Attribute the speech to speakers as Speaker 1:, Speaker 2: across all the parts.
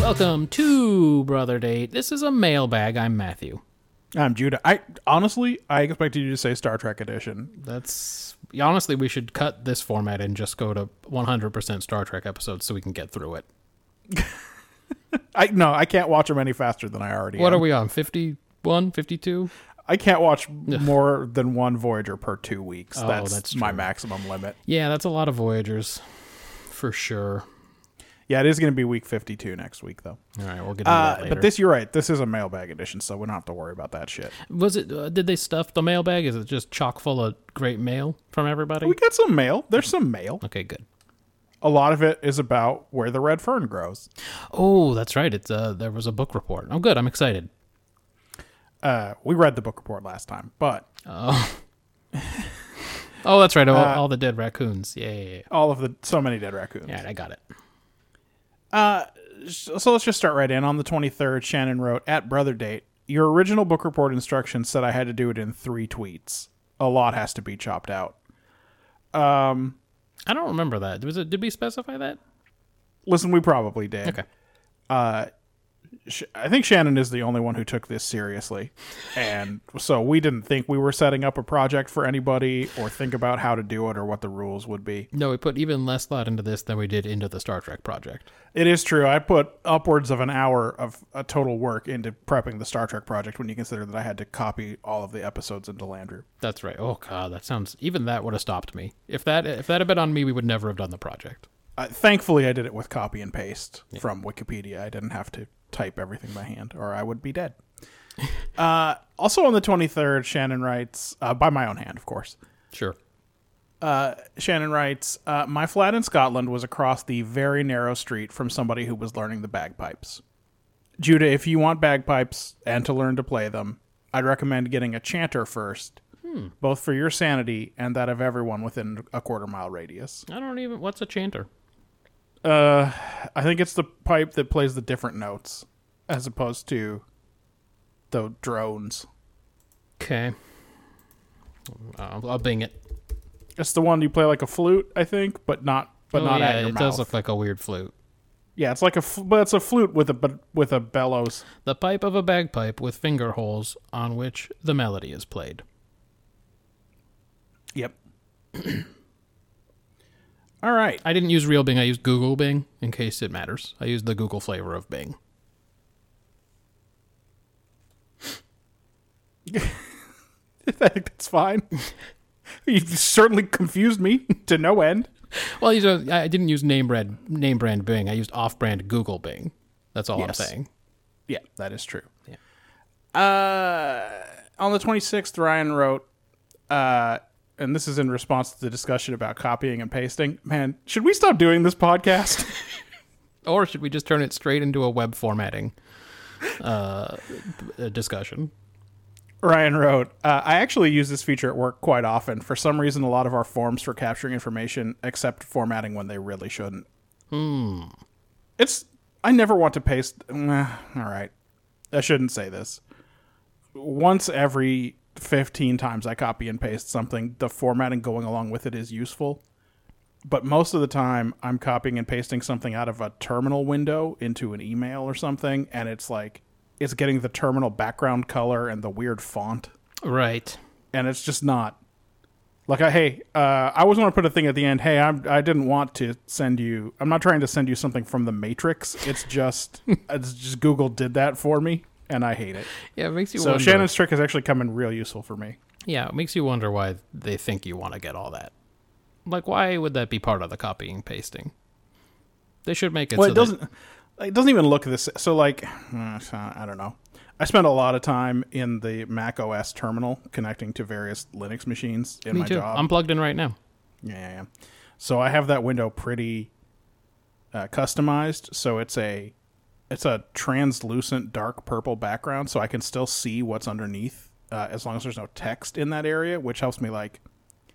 Speaker 1: Welcome to Brother Date. This is a mailbag. I'm Matthew.
Speaker 2: I'm Judah. I honestly, I expected you to say Star Trek edition.
Speaker 1: That's honestly, we should cut this format and just go to 100% Star Trek episodes so we can get through it.
Speaker 2: I no, I can't watch them any faster than I already.
Speaker 1: What
Speaker 2: am.
Speaker 1: are we on? 51, 52?
Speaker 2: I can't watch more than one Voyager per two weeks.
Speaker 1: Oh,
Speaker 2: that's,
Speaker 1: that's
Speaker 2: my
Speaker 1: true.
Speaker 2: maximum limit.
Speaker 1: Yeah, that's a lot of Voyagers for sure.
Speaker 2: Yeah, it is going to be week 52 next week though.
Speaker 1: All right, we'll get into that
Speaker 2: Uh,
Speaker 1: later.
Speaker 2: but this, you're right. This is a mailbag edition, so we don't have to worry about that shit.
Speaker 1: was it? Uh, did they stuff the mailbag? Is it just chock full of great mail from everybody?
Speaker 2: We got some mail. There's some mail.
Speaker 1: okay, good.
Speaker 2: A lot of it is about where the red fern grows.
Speaker 1: Oh, that's right. It's uh, there was a book report. Oh, good. I'm excited.
Speaker 2: Uh, we read the book report last time, but
Speaker 1: Oh, that's right. All, all the dead raccoons. Yeah, yeah, yeah.
Speaker 2: all of the so many dead raccoons.
Speaker 1: All right, I got it.
Speaker 2: so let's just start right in. On the 23rd, Shannon wrote at brother date, your original book report instructions said I had to do it in three tweets. A lot has to be chopped out.
Speaker 1: I don't remember that. Was it? Did we specify that?
Speaker 2: Listen, we probably did. Uh,
Speaker 1: Okay.
Speaker 2: Sh- I think Shannon is the only one who took this seriously. And so we didn't think we were setting up a project for anybody or think about how to do it or what the rules would be.
Speaker 1: No, we put even less thought into this than we did into the Star Trek project.
Speaker 2: It is true. I put upwards of an hour of uh, total work into prepping the Star Trek project when you consider that I had to copy all of the episodes into Landru.
Speaker 1: That's right. Oh god, that sounds. Even that would have stopped me. If that if that had been on me, we would never have done the project.
Speaker 2: uh, thankfully i did it with copy and paste from wikipedia i didn't have to type everything by hand or i would be dead uh, also on the 23rd shannon writes uh, by my own hand of course
Speaker 1: Sure.
Speaker 2: shannon writes uh, my flat in scotland was across the very narrow street from somebody who was learning the bagpipes judah if you want bagpipes and to learn to play them i'd recommend getting a chanter first both for your sanity and that of everyone within a quarter mile radius
Speaker 1: I don't even. What's a chanter?
Speaker 2: Uh, I think it's the pipe that plays the different notes as opposed to the drones.
Speaker 1: Okay. I'll, I'll bing it.
Speaker 2: It's the one you play like a flute, I think, but not but
Speaker 1: Oh,
Speaker 2: not
Speaker 1: yeah,
Speaker 2: at your
Speaker 1: it
Speaker 2: mouth.
Speaker 1: does look like a weird flute.
Speaker 2: yeah, it's like a fl- but it's a flute with a but with a bellows.
Speaker 1: The pipe of a bagpipe with finger holes on which the melody is played.
Speaker 2: Yep. All right.
Speaker 1: I didn't use real Bing. I used Google Bing in case it matters. I used the Google flavor of Bing.
Speaker 2: I think that's fine. you certainly confused me to no end.
Speaker 1: Well, you know, I didn't use name brand name brand Bing. I used off brand Google Bing. That's all
Speaker 2: Yes.
Speaker 1: I'm saying.
Speaker 2: Yeah, that is true.
Speaker 1: Yeah.
Speaker 2: Uh, on the 26th, Ryan wrote, uh, and this is in response to the discussion about copying and pasting. Man, should we stop doing this podcast?
Speaker 1: Or should we just turn it straight into a web formatting uh, b- uh, discussion?
Speaker 2: Ryan wrote, uh, I actually use this feature at work quite often. For some reason, a lot of our forms for capturing information accept formatting when they really shouldn't. Hmm. It's, I never want to paste. Nah, all right. I shouldn't say this. Once every 15 times I copy and paste something, the formatting going along with it is useful. But most of the time, I'm copying and pasting something out of a terminal window into an email or something, and it's like, it's getting the terminal background color and the weird font
Speaker 1: Right.
Speaker 2: and it's just not like I, hey uh, i always want to put a thing at the end hey I'm, i didn't want to send you i'm not trying to send you something from the matrix it's just it's just google did that for me and i hate it
Speaker 1: Yeah, it makes you
Speaker 2: so
Speaker 1: wonder.
Speaker 2: shannon's trick has actually come in real useful for me
Speaker 1: yeah, it makes you wonder why they think you want to get all that. Like, why would that be part of the copying pasting? They should make it.
Speaker 2: well
Speaker 1: so
Speaker 2: it
Speaker 1: that-
Speaker 2: doesn't it doesn't even look this hmm, so like i don't know I spent a lot of time in the Mac OS terminal connecting to various Linux machines in
Speaker 1: Me
Speaker 2: my
Speaker 1: too.
Speaker 2: job.
Speaker 1: I'm plugged in right now.
Speaker 2: Yeah, yeah, yeah. So I have that window pretty uh, customized. So it's a it's a translucent dark purple background, so I can still see what's underneath uh, as long as there's no text in that area, which helps me like. Uh,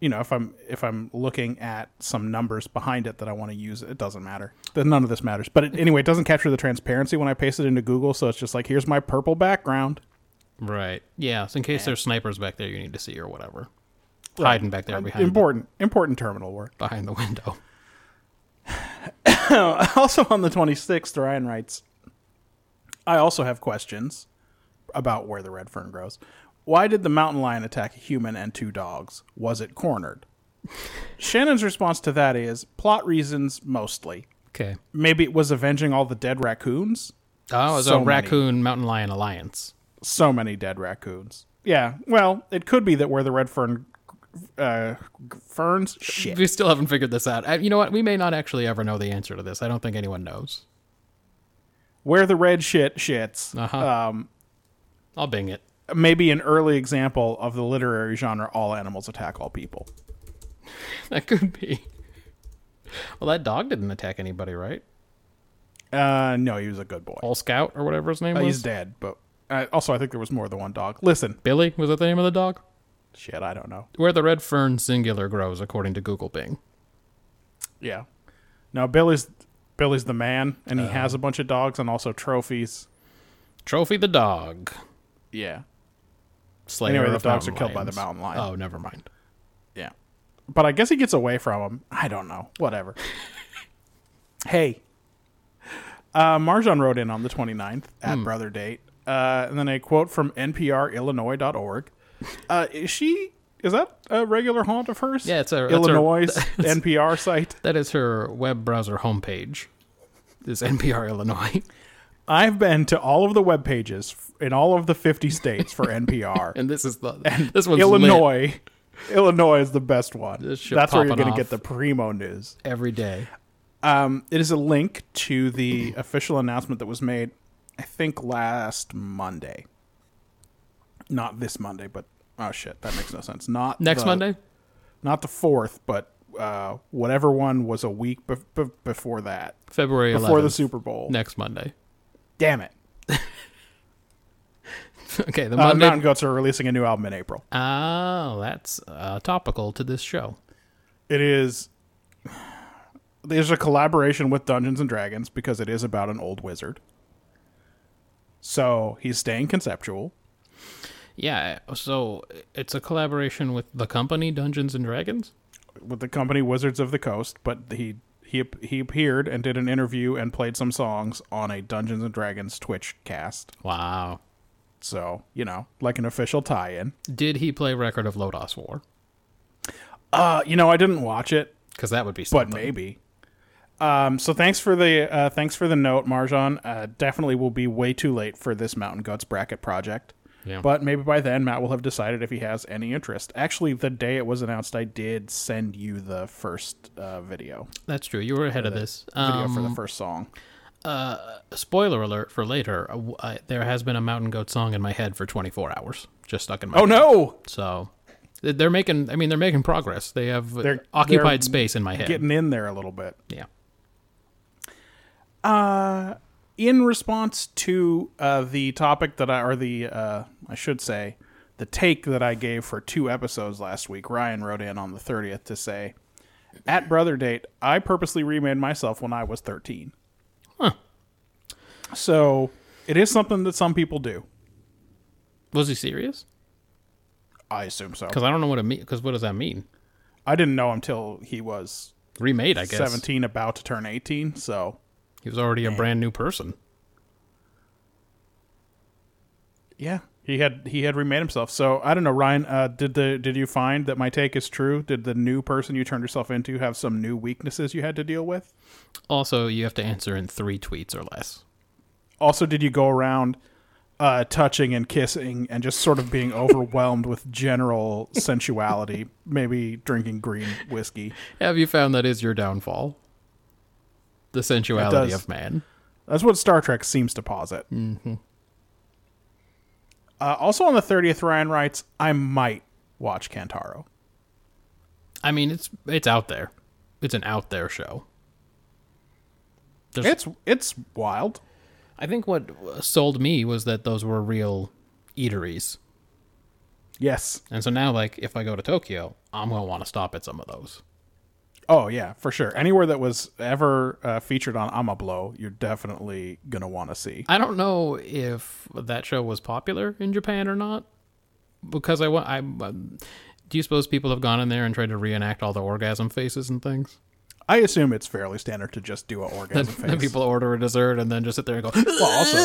Speaker 2: you know, if I'm if I'm looking at some numbers behind it that I want to use, it doesn't matter. Then none of this matters. But it, anyway, it doesn't capture the transparency when I paste it into Google, so it's just like here's my purple background.
Speaker 1: Right. Yeah. So in case there's snipers back there, you need to see or whatever. Hiding back there behind
Speaker 2: Important important terminal work.
Speaker 1: behind the window.
Speaker 2: also on the 26th, Ryan writes, I also have questions about where the red fern grows. Why did the mountain lion attack a human and two dogs? Was it cornered? Shannon's response to that is plot reasons mostly.
Speaker 1: Okay.
Speaker 2: Maybe it was avenging all the dead raccoons.
Speaker 1: Oh, it's
Speaker 2: So
Speaker 1: a
Speaker 2: many.
Speaker 1: raccoon mountain lion alliance.
Speaker 2: So many dead raccoons. Yeah, well, it could be that where the red fern uh, ferns shit.
Speaker 1: We still haven't figured this out. Uh, You know what? We may not actually ever know the answer to this. I don't think anyone knows.
Speaker 2: Where the red shit shits.
Speaker 1: Uh-huh.
Speaker 2: Um,
Speaker 1: I'll bing it.
Speaker 2: maybe an early example of the literary genre all animals attack all people.
Speaker 1: That could be. Well, that dog didn't attack anybody, right?
Speaker 2: Uh, no, he was a good boy.
Speaker 1: All Scout or whatever his name
Speaker 2: Uh,
Speaker 1: was.
Speaker 2: he's dead, but uh, also I think there was more than one dog. Listen,
Speaker 1: Billy was that the name of the dog?
Speaker 2: shit, I don't know.
Speaker 1: Where the red fern singular grows, according to Google Bing.
Speaker 2: Yeah, no, Billy's Billy's the man, and he has a bunch of dogs and also trophies.
Speaker 1: Trophy the dog.
Speaker 2: Yeah,
Speaker 1: Slayer
Speaker 2: Anyway, the
Speaker 1: of
Speaker 2: dogs are
Speaker 1: mountain
Speaker 2: killed by the
Speaker 1: lions.
Speaker 2: mountain lion.
Speaker 1: Oh, never mind.
Speaker 2: yeah, but I guess he gets away from him. I don't know. Whatever. hey, uh, Marjan wrote in on the 29th at
Speaker 1: Hmm.
Speaker 2: Brother Date, uh, and then a quote from NPRIllinois.org. Uh, is she? Is that a regular haunt of hers?
Speaker 1: Yeah, it's a- it's a-
Speaker 2: Illinois NPR site.
Speaker 1: That is her web browser homepage. Is NPR Illinois,
Speaker 2: I've been to all of the web pages f- in all of the 50 states for NPR.
Speaker 1: and this is the this one's lit
Speaker 2: Illinois. Illinois is the best one.
Speaker 1: This shit
Speaker 2: That's where you're
Speaker 1: popping
Speaker 2: going to
Speaker 1: off.
Speaker 2: get the primo news.
Speaker 1: every day.
Speaker 2: Um, it is a link to the official announcement that was made, I think, last Monday. Not this Monday, but oh shit, that makes no sense. Not
Speaker 1: Next
Speaker 2: the-
Speaker 1: Monday,
Speaker 2: not the fourth, but uh, whatever one was a week bef bef- before that,
Speaker 1: February
Speaker 2: before the
Speaker 1: 11th.
Speaker 2: Super Bowl.
Speaker 1: Next Monday.
Speaker 2: Damn it!
Speaker 1: Okay, the
Speaker 2: Uh,
Speaker 1: Monday.
Speaker 2: Mountain Goats are releasing a new album in April.
Speaker 1: oh, that's uh, topical to this show.
Speaker 2: It is. There's a collaboration with Dungeons and Dragons because it is about an old wizard. So he's staying conceptual.
Speaker 1: Yeah, so it's a collaboration with the company Dungeons and Dragons.
Speaker 2: with the company Wizards of the Coast, but he he he appeared and did an interview and played some songs on a Dungeons and Dragons Twitch cast.
Speaker 1: Wow.
Speaker 2: So you know, like an official tie-in.
Speaker 1: Did he play Record of Lodos War?
Speaker 2: Uh, you know, I didn't watch it,
Speaker 1: Because that would be
Speaker 2: but
Speaker 1: something.
Speaker 2: maybe. Um, so thanks for the uh, thanks for the note, Marjan. Uh, definitely will be way too late for this Mountain Goats bracket project.
Speaker 1: Yeah.
Speaker 2: But maybe by then Matt will have decided if he has any interest. Actually, the day it was announced, I did send you the first uh, video
Speaker 1: That's true. You were ahead of this.
Speaker 2: video
Speaker 1: Um,
Speaker 2: for the first song.
Speaker 1: spoiler alert for later. uh, w- I- there has been a Mountain Goat song in my head for 24 hours, just stuck in my.
Speaker 2: Oh
Speaker 1: head.
Speaker 2: no!
Speaker 1: So th- they're making. I mean, they're making progress. They have uh,
Speaker 2: They're-
Speaker 1: occupied
Speaker 2: they're
Speaker 1: space in my head.
Speaker 2: getting in there a little bit. Uh,
Speaker 1: yeah.
Speaker 2: In response to uh, the topic that I, or the, uh, I should say, the take that I gave for two episodes last week, Ryan wrote in on the 30th to say, at brother date, I purposely remade myself when I was 13.
Speaker 1: Huh.
Speaker 2: So it is something that some people do.
Speaker 1: Was he serious?
Speaker 2: I assume so.
Speaker 1: Because I don't know what it mean. Because what does that mean?
Speaker 2: I didn't know until he was
Speaker 1: Remade, I guess.
Speaker 2: 17, about to turn 18. So
Speaker 1: He was already a brand new person.
Speaker 2: Yeah, he had he had remade himself. So I don't know, Ryan. Uh, did the did you find that my take is true? Did the new person you turned yourself into have some new weaknesses you had to deal with?
Speaker 1: Also, you have to answer in three tweets or less.
Speaker 2: Also, did you go around uh, touching and kissing and just sort of being overwhelmed with general sensuality? Maybe drinking green whiskey.
Speaker 1: Have you found that is your downfall? The sensuality
Speaker 2: does.
Speaker 1: of man.
Speaker 2: That's what Star Trek seems to posit. Mm-hmm. Uh, also on the 30th, Ryan writes, I might watch Kantaro.
Speaker 1: I mean, it's it's out there. It's an out there show. There's,
Speaker 2: It's it's wild.
Speaker 1: I think what sold me was that those were real eateries,
Speaker 2: Yes.
Speaker 1: and so now like if I go to Tokyo, I'm gonna want to stop at some of those.
Speaker 2: Oh yeah, for sure. Anywhere that was ever uh, featured on Amablo, you're definitely gonna want to see.
Speaker 1: I don't know if that show was popular in Japan or not, because I want. I um, do you suppose people have gone in there and tried to reenact all the orgasm faces and things?
Speaker 2: I assume it's fairly standard to just do a orgasm
Speaker 1: Then
Speaker 2: face.
Speaker 1: people order a dessert and then just sit there and go.
Speaker 2: Well, also,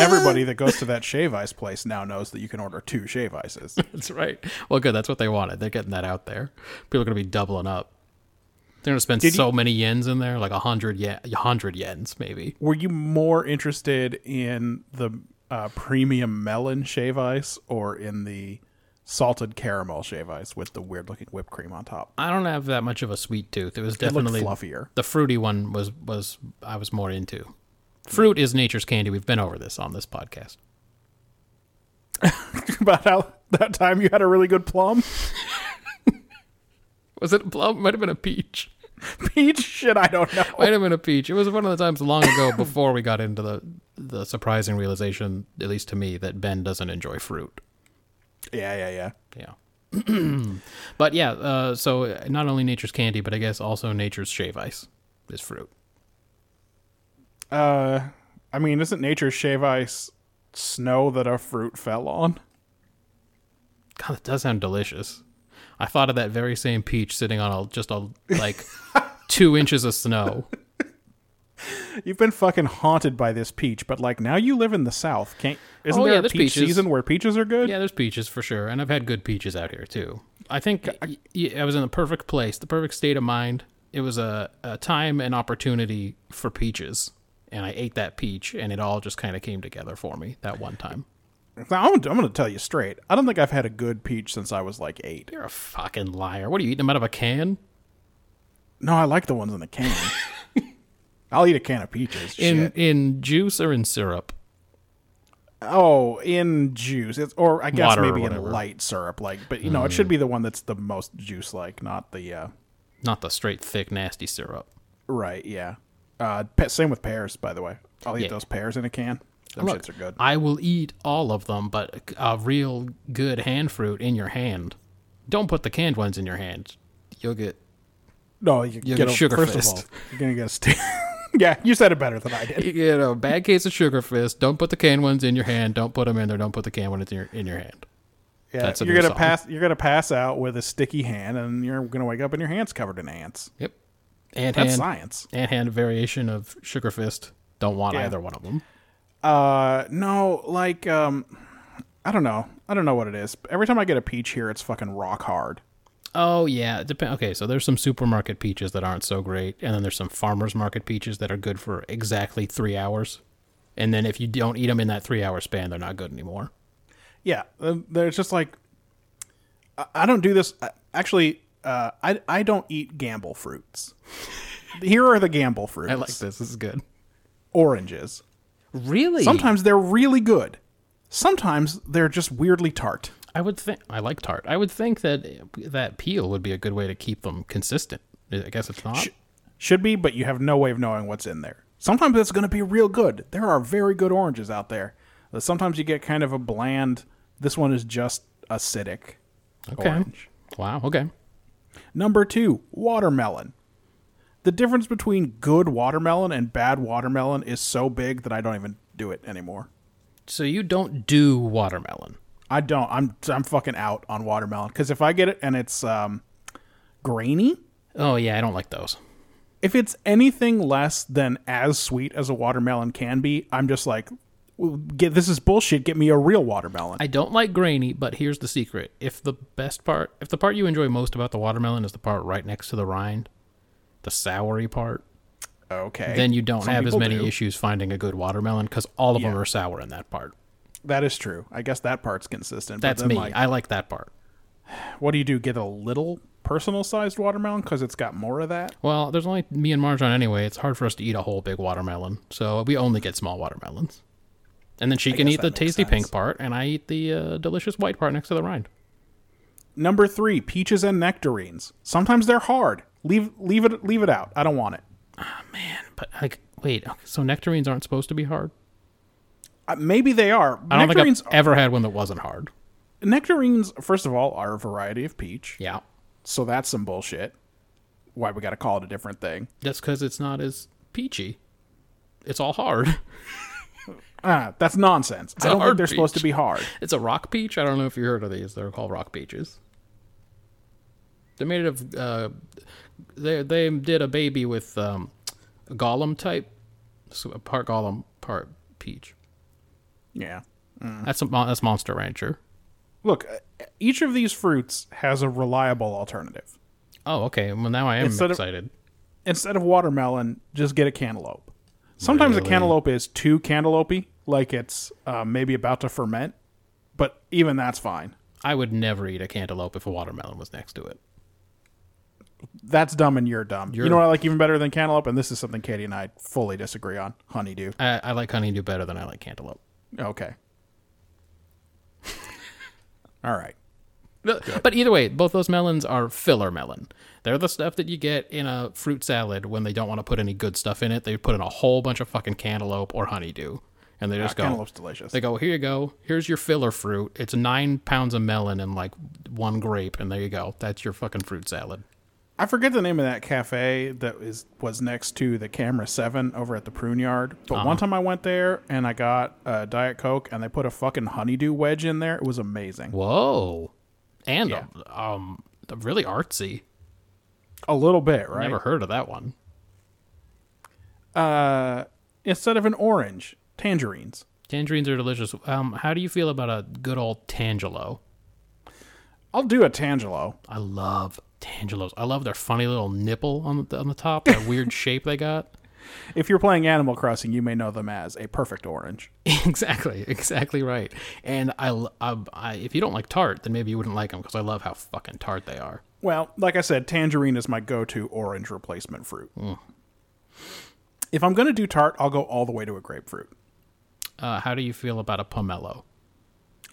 Speaker 2: everybody that goes to that shave ice place now knows that you can order two shave ices.
Speaker 1: That's right. Well, good. That's what they wanted. They're getting that out there. People are going to be doubling up. They're going to spend so many yens in there, like a hundred yen, hundred yens maybe.
Speaker 2: Were you more interested in the uh, premium melon shave ice or in the salted caramel shave ice with the weird looking whipped cream on top?
Speaker 1: I don't have that much of a sweet tooth. It was
Speaker 2: It looked
Speaker 1: definitely
Speaker 2: fluffier.
Speaker 1: the fruity one was was I was more into. Fruit is nature's candy. We've been over this on this podcast.
Speaker 2: About how that time you had a really good plum?
Speaker 1: Was it a plum? Might have been a peach.
Speaker 2: Peach shit, I don't know.
Speaker 1: Might have been a peach. It was one of the times long ago before we got into the the surprising realization, at least to me, that Ben doesn't enjoy fruit.
Speaker 2: Yeah, yeah, yeah.
Speaker 1: Yeah. but yeah, uh, so not only nature's candy, but I guess also nature's shave ice is fruit.
Speaker 2: Uh, I mean, isn't nature's shave ice snow that a fruit fell on?
Speaker 1: God, that does sound delicious. I thought of that very same peach sitting on a, just a like two inches of snow.
Speaker 2: You've been fucking haunted by this peach, but like now you live in the South. Can't isn't
Speaker 1: Oh,
Speaker 2: there
Speaker 1: yeah,
Speaker 2: a
Speaker 1: there's
Speaker 2: peach
Speaker 1: peaches.
Speaker 2: season where peaches are good?
Speaker 1: Yeah, there's peaches for sure, and I've had good peaches out here too. I think y- y- I was in the perfect place, the perfect state of mind. It was a, a time and opportunity for peaches, and I ate that peach, and it all just kind of came together for me that one time.
Speaker 2: Now, I'm, I'm going to tell you straight. I don't think I've had a good peach since I was like eight.
Speaker 1: You're a fucking liar. What are you eating them out of a can?
Speaker 2: No, I like the ones in the can. I'll eat a can of peaches.
Speaker 1: in
Speaker 2: shit.
Speaker 1: in juice or in syrup.
Speaker 2: oh, in juice, it's, or I guess
Speaker 1: Water or
Speaker 2: maybe in
Speaker 1: whatever. Mm.
Speaker 2: light syrup. Like, but you know, it should be the one that's the most juice-like, not the uh,
Speaker 1: Not the straight, thick, nasty syrup.
Speaker 2: right. Yeah. Uh, pe- same with pears, by the way. I'll eat
Speaker 1: Yeah.
Speaker 2: those pears in a can. Them
Speaker 1: Look,
Speaker 2: shits are good.
Speaker 1: I will eat all of them, but a real good hand fruit in your hand. Don't put the canned ones in your hand. You'll get.
Speaker 2: No, you
Speaker 1: get
Speaker 2: get a
Speaker 1: sugar
Speaker 2: first
Speaker 1: fist.
Speaker 2: of all. You're gonna get a stick. yeah, you said it better than I did.
Speaker 1: You get a bad case of sugar fist. Don't put the canned ones in your hand. Don't put them in there. Don't put the canned ones in your in your hand.
Speaker 2: Yeah,
Speaker 1: That's a
Speaker 2: you're
Speaker 1: new
Speaker 2: gonna
Speaker 1: song.
Speaker 2: pass. You're gonna pass out with a sticky hand, and you're gonna wake up and your hands covered in ants.
Speaker 1: Yep. And
Speaker 2: That's
Speaker 1: hand
Speaker 2: science.
Speaker 1: and hand variation of sugar fist. Don't want
Speaker 2: Yeah.
Speaker 1: either one of them.
Speaker 2: Uh, no, like um, I don't know. I don't know what it is. Every time I get a peach here, it's fucking rock hard.
Speaker 1: Oh yeah, it depend. Okay, so there's some supermarket peaches that aren't so great, and then there's some farmers market peaches that are good for exactly three hours, and then if you don't eat them in that three hour span, they're not good anymore.
Speaker 2: Yeah, uh, there's just like I, I don't do this. I- Actually, uh, I I don't eat gamble fruits. Here are the gamble fruits.
Speaker 1: I like this. This is good.
Speaker 2: oranges.
Speaker 1: Really?
Speaker 2: Sometimes they're really good. Sometimes they're just weirdly tart.
Speaker 1: I would think I like tart. I would think that that peel would be a good way to keep them consistent. I guess it's not.
Speaker 2: Should be, but you have no way of knowing what's in there. Sometimes it's going to be real good. There are very good oranges out there. But Sometimes you get kind of a bland, this one is just acidic
Speaker 1: Okay.
Speaker 2: orange.
Speaker 1: Wow. Okay.
Speaker 2: Number two, watermelon. The difference between good watermelon and bad watermelon is so big that I don't even do it anymore.
Speaker 1: So you don't do watermelon.
Speaker 2: I don't. I'm I'm fucking out on watermelon because if I get it and it's um, grainy,
Speaker 1: Oh yeah, I don't like those.
Speaker 2: if it's anything less than as sweet as a watermelon can be, I'm just like, "Well, get this is bullshit. Get me a real watermelon.
Speaker 1: I don't like grainy, but here's the secret. If the best part, if the part you enjoy most about the watermelon is the part right next to the rind, the soury part,
Speaker 2: okay,
Speaker 1: then you don't
Speaker 2: Some
Speaker 1: have as
Speaker 2: people
Speaker 1: many
Speaker 2: do.
Speaker 1: issues finding a good watermelon because all of them
Speaker 2: Yeah.
Speaker 1: are sour in that part.
Speaker 2: That is true. I guess that part's consistent.
Speaker 1: That's
Speaker 2: but then,
Speaker 1: me.
Speaker 2: Like,
Speaker 1: I like that part.
Speaker 2: what do you do? Get a little personal sized watermelon because it's got more of that.
Speaker 1: Well, there's only me and Marjan anyway. It's hard for us to eat a whole big watermelon, so we only get small watermelons. And then she can
Speaker 2: guess
Speaker 1: eat
Speaker 2: that
Speaker 1: the
Speaker 2: makes
Speaker 1: tasty pink
Speaker 2: sense.
Speaker 1: part, and I eat the uh, delicious white part next to the rind.
Speaker 2: Number three, peaches and nectarines. Sometimes they're hard. Leave leave it leave it out. I don't want it.
Speaker 1: But like, wait, okay, so nectarines aren't supposed to be hard?
Speaker 2: Uh, maybe they are.
Speaker 1: I don't
Speaker 2: nectarines
Speaker 1: think I've ever had one that wasn't hard.
Speaker 2: nectarines first of all are a variety of peach.
Speaker 1: Yeah,
Speaker 2: So that's some bullshit. Why we got to call it a different thing?
Speaker 1: that's because it's not as peachy. It's all hard.
Speaker 2: Ah, that's nonsense. I
Speaker 1: a
Speaker 2: don't think
Speaker 1: hard
Speaker 2: they're supposed
Speaker 1: peach.
Speaker 2: to be hard.
Speaker 1: It's a rock peach. I don't know if you heard of these. They're called rock peaches. They're made of. Uh, they they did a baby with um, a golem type, so a part golem, part peach.
Speaker 2: Yeah. Mm.
Speaker 1: That's a mon- that's Monster Rancher.
Speaker 2: Look, uh, each of these fruits has a reliable alternative.
Speaker 1: Oh, okay. Well, now I am
Speaker 2: Instead of-
Speaker 1: excited.
Speaker 2: Instead of watermelon, just get a cantaloupe. Sometimes
Speaker 1: Really?
Speaker 2: a cantaloupe is too cantaloupe, like it's uh, maybe about to ferment, but even that's fine.
Speaker 1: I would never eat a cantaloupe if a watermelon was next to it.
Speaker 2: That's dumb and you're dumb.
Speaker 1: You're-
Speaker 2: You know what I like even better than cantaloupe? And this is something Katie and I fully disagree on honeydew.
Speaker 1: I, I like honeydew better than I like cantaloupe.
Speaker 2: Okay. All right.
Speaker 1: No, But either way, both those melons are filler melon. They're the stuff that you get in a fruit salad when they don't want to put any good stuff in it. They put in a whole bunch of fucking cantaloupe or honeydew, and they just go.
Speaker 2: Cantaloupe's delicious.
Speaker 1: They go, here you go. Here's your filler fruit. It's nine pounds of melon and like one grape, and there you go. That's your fucking fruit salad.
Speaker 2: I forget the name of that cafe that is was next to the Camera Seven over at the Prune Yard. But
Speaker 1: Uh-huh.
Speaker 2: one time I went there and I got a Diet Coke and they put a fucking honeydew wedge in there. It was amazing.
Speaker 1: Whoa, and
Speaker 2: Yeah.
Speaker 1: um, really artsy.
Speaker 2: A little bit, right?
Speaker 1: Never heard of that one.
Speaker 2: Uh, Instead of an orange, tangerines.
Speaker 1: Tangerines are delicious. Um, how do you feel about a good old tangelo?
Speaker 2: I'll do a tangelo.
Speaker 1: I love Tangelos. I love their funny little nipple on the, on the top, that weird shape they got.
Speaker 2: If you're playing Animal Crossing, you may know them as a perfect orange.
Speaker 1: exactly, exactly right. And I, l- I- I- if you don't like tart, then maybe you wouldn't like them because I love how fucking tart they are.
Speaker 2: Well, like I said, tangerine is my go-to orange replacement fruit.
Speaker 1: Mm.
Speaker 2: If I'm gonna do tart, I'll go all the way to a grapefruit.
Speaker 1: Uh, how do you feel about a pomelo?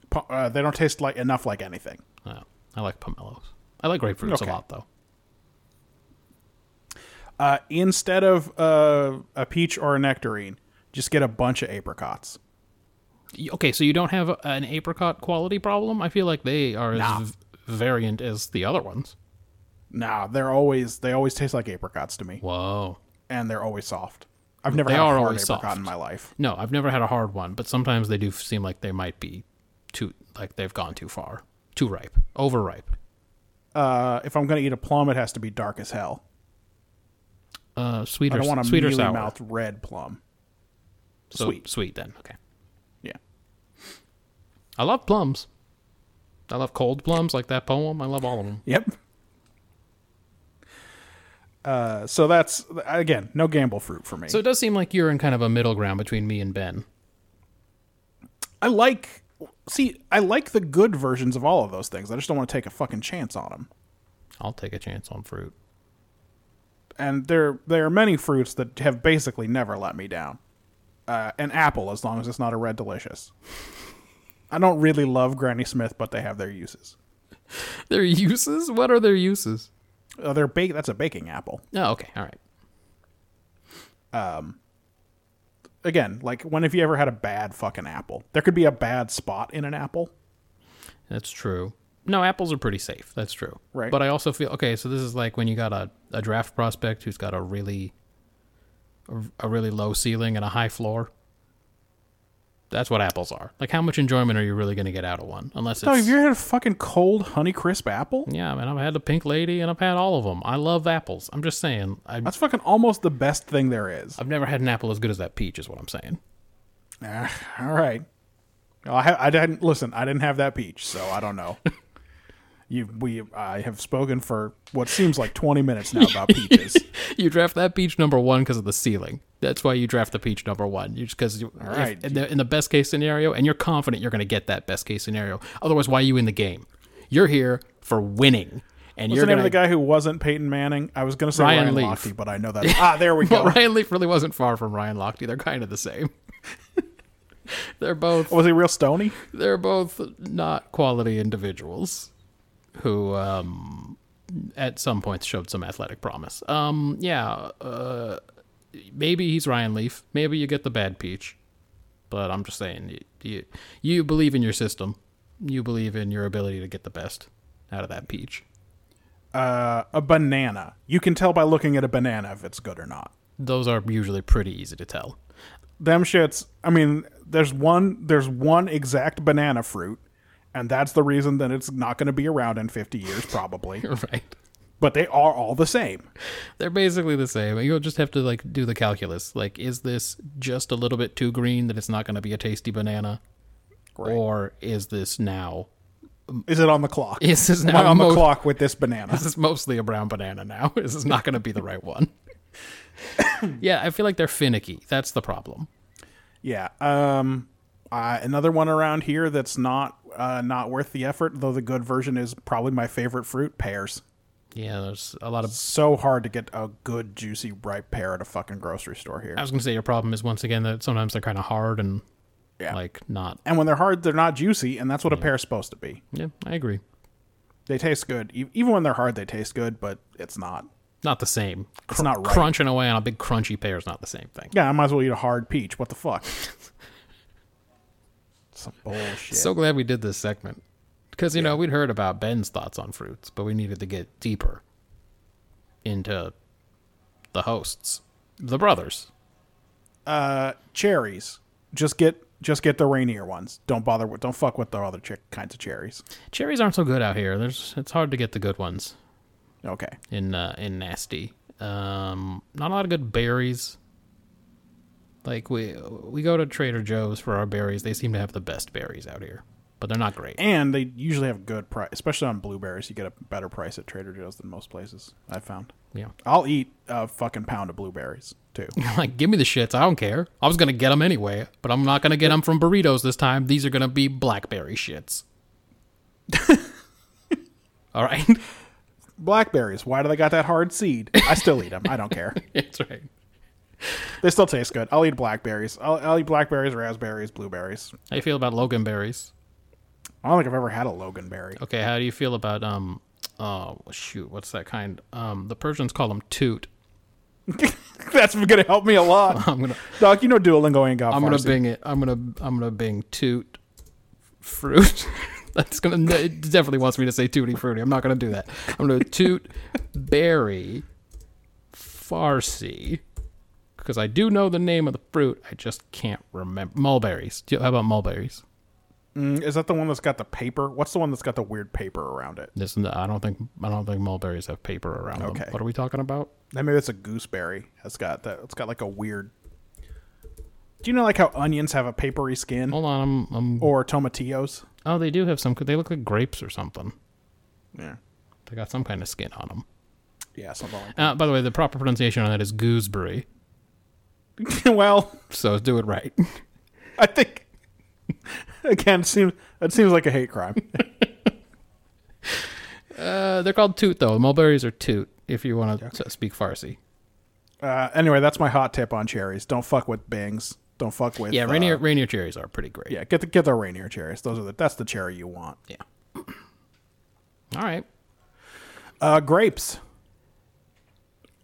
Speaker 2: Po- Uh, they don't taste like enough like anything.
Speaker 1: Uh, I like pomelos. I like grapefruits
Speaker 2: Okay.
Speaker 1: a lot though.
Speaker 2: uh, instead of uh, a peach or a nectarine, just get a bunch of apricots.
Speaker 1: Y- Okay, so you don't have a- an apricot quality problem. I feel like they are
Speaker 2: Nah.
Speaker 1: as v- variant as the other ones.
Speaker 2: Nah, they're always they always taste like apricots to me,
Speaker 1: Whoa.
Speaker 2: and they're always soft. I've never
Speaker 1: They
Speaker 2: had
Speaker 1: are
Speaker 2: a hard
Speaker 1: always
Speaker 2: apricot
Speaker 1: soft.
Speaker 2: in my life.
Speaker 1: No, I've never had a hard one, but sometimes they do f- seem like they might be too like they've gone too far, too ripe, overripe.
Speaker 2: Uh, if I'm gonna eat a plum, it has to be dark as hell.
Speaker 1: Uh,
Speaker 2: I
Speaker 1: sweeter,
Speaker 2: don't want a
Speaker 1: sweeter
Speaker 2: mealy
Speaker 1: sour.
Speaker 2: mouthed red plum.
Speaker 1: So,
Speaker 2: sweet.
Speaker 1: sweet then. Okay.
Speaker 2: Yeah,
Speaker 1: I love plums. I love cold plums, like that poem. I love all of them.
Speaker 2: yep. Uh, so that's again no gamble fruit for me.
Speaker 1: So it does seem like you're in kind of a middle ground between me and Ben.
Speaker 2: I like see I like the good versions of all of those things. I just don't want to take a fucking chance on them.
Speaker 1: I'll take a chance on fruit.
Speaker 2: and there there are many fruits that have basically never let me down. Uh, an apple, as long as it's not a red delicious. I don't really love Granny Smith, but they have their uses.
Speaker 1: Their uses? What are their uses?
Speaker 2: Uh, they're bake. That's a baking apple.
Speaker 1: Oh, okay. All right.
Speaker 2: Again, like when have you ever had a bad fucking apple? There could be a bad spot in an apple.
Speaker 1: That's true. No, apples are pretty safe. That's true.
Speaker 2: Right.
Speaker 1: But I also feel okay. So this is like when you got a, a draft prospect who's got a really a, a really low ceiling and a high floor. That's what apples are. Like, how much enjoyment are you really going to get out of one? Unless it's
Speaker 2: No, have you ever had a fucking cold Honey Crisp apple?
Speaker 1: yeah. I mean, I've had the pink lady and I've had all of them. I love apples. I'm just saying. I,
Speaker 2: That's fucking almost the best thing there is.
Speaker 1: I've never had an apple as good as that peach. Is what I'm saying.
Speaker 2: Ah, all right. Well, I, ha- I didn't listen. I didn't have that peach, so I don't know. you, we, I have spoken for what seems like twenty minutes now about peaches.
Speaker 1: you draft that peach number one because of the ceiling. That's why you draft the peach number one. You just because you, if-
Speaker 2: right.
Speaker 1: in, the, in the best case scenario, and you're confident you're going to get that best case scenario. Otherwise, why are you in the game? You're here for winning, and
Speaker 2: What's
Speaker 1: you're
Speaker 2: the
Speaker 1: gonna
Speaker 2: name of the guy who wasn't Peyton Manning? I was going to say
Speaker 1: Ryan
Speaker 2: Ryan,
Speaker 1: Leaf.
Speaker 2: Lochte, but I know that. ah, there we go.
Speaker 1: But Ryan Leaf really wasn't far from Ryan Lochte. They're kind of the same. they're both
Speaker 2: Was he real stony?
Speaker 1: they're both not quality individuals who um at some point showed some athletic promise. Um yeah, uh maybe he's Ryan Leaf. Maybe you get the bad peach. But I'm just saying you you, you believe in your system. You believe in your ability to get the best out of that peach.
Speaker 2: Uh, A banana. You can tell by looking at a banana if it's good or not.
Speaker 1: Those are usually pretty easy to tell.
Speaker 2: Them shits. I mean, there's one. There's one exact banana fruit, and that's the reason that it's not going to be around in 50 years probably.
Speaker 1: Right.
Speaker 2: but they are all the same.
Speaker 1: They're basically the same. You'll just have to like do the calculus. Like, is this just a little bit too green that it's not going to be a tasty banana, or is this now?
Speaker 2: Is it on the clock?
Speaker 1: Is this
Speaker 2: Am I
Speaker 1: now
Speaker 2: on the
Speaker 1: mo-
Speaker 2: clock with this banana?
Speaker 1: This is mostly a brown banana now. this is not going to be the right one. yeah, I feel like they're finicky. That's the problem.
Speaker 2: Yeah. Um, uh, another one around here that's not uh, not worth the effort, though the good version is probably my favorite fruit, pears.
Speaker 1: Yeah, there's a lot of.
Speaker 2: So hard to get a good juicy ripe pear at a fucking grocery store here.
Speaker 1: I was going to say your problem is once again that sometimes they're kind of hard and
Speaker 2: Yeah.
Speaker 1: like not.
Speaker 2: And when they're hard, they're not juicy, and that's what a pear's supposed to be.
Speaker 1: Yeah, I agree.
Speaker 2: They taste good. E- Even when they're hard, they taste good, but it's not.
Speaker 1: Not the same.
Speaker 2: It's not right.
Speaker 1: Crunching away on a big crunchy pear is not the same thing.
Speaker 2: Yeah, I might as well eat a hard peach. What the fuck? Some bullshit.
Speaker 1: So glad we did this segment because you know we'd heard about Ben's thoughts on fruits, but we needed to get deeper into the hosts, the brothers.
Speaker 2: cherries. Just get just get the rainier ones. Don't bother with don't fuck with the other ch- kinds of cherries.
Speaker 1: Cherries aren't so good out here. There's it's hard to get the good ones
Speaker 2: Okay.
Speaker 1: in uh, in nasty. Um, not a lot of good berries. Like we we go to Trader Joe's for our berries. They seem to have the best berries out here, but they're not great.
Speaker 2: and they usually have good price, especially on blueberries. You get a better price at Trader Joe's than most places I've found.
Speaker 1: Yeah,
Speaker 2: I'll eat a fucking pound of blueberries too.
Speaker 1: like give me the shits. I don't care. I was gonna get them anyway, but I'm not gonna get them from burritos this time. These are gonna be blackberry shits. All right,
Speaker 2: Blackberries. Why do they got that hard seed? I still eat them. I don't care.
Speaker 1: that's right.
Speaker 2: They still taste good. I'll eat blackberries. I'll, I'll eat blackberries, raspberries, blueberries.
Speaker 1: How you feel about loganberries?
Speaker 2: I don't think I've ever had a loganberry.
Speaker 1: Okay, how do you feel about um? Oh shoot, what's that kind? Um, the Persians call them toot.
Speaker 2: That's gonna help me a lot.
Speaker 1: I'm gonna
Speaker 2: Doc, you know Duolingo ain't got.
Speaker 1: Um, I'm gonna
Speaker 2: Farsi.
Speaker 1: bing it. I'm gonna I'm gonna bing toot fruit. That's gonna it definitely wants me to say tooty fruity. I'm not gonna do that. I'm gonna toot berry Farsi because I do know the name of the fruit. I just can't remember mulberries. Do- How about mulberries?
Speaker 2: Mm, Is that the one that's got the paper? What's the one that's got the weird paper around it?
Speaker 1: This I don't think I don't think mulberries have paper around
Speaker 2: Okay.
Speaker 1: them. What are we talking about?
Speaker 2: Then maybe it's a gooseberry. It's got that. It's got like a weird. Do you know like how onions have a papery skin,
Speaker 1: Hold on, I'm, I'm
Speaker 2: or tomatillos?
Speaker 1: oh they do have some. They look like grapes or something.
Speaker 2: Yeah,
Speaker 1: They got some kind of skin on them.
Speaker 2: yeah, something like
Speaker 1: Uh, by the way, the proper pronunciation on that is gooseberry.
Speaker 2: that. well,
Speaker 1: So do it right.
Speaker 2: I think again, it seems it seems like a hate crime.
Speaker 1: Uh, they're called toot though. Mulberries are toot if you want to speak Farsi.
Speaker 2: uh, anyway, that's my hot tip on cherries. Don't fuck with Bings. Don't fuck with
Speaker 1: Yeah,
Speaker 2: uh,
Speaker 1: Rainier Rainier cherries are pretty great.
Speaker 2: Yeah, get the get the Rainier cherries. Those are the that's the cherry you want.
Speaker 1: All right.
Speaker 2: Uh, grapes.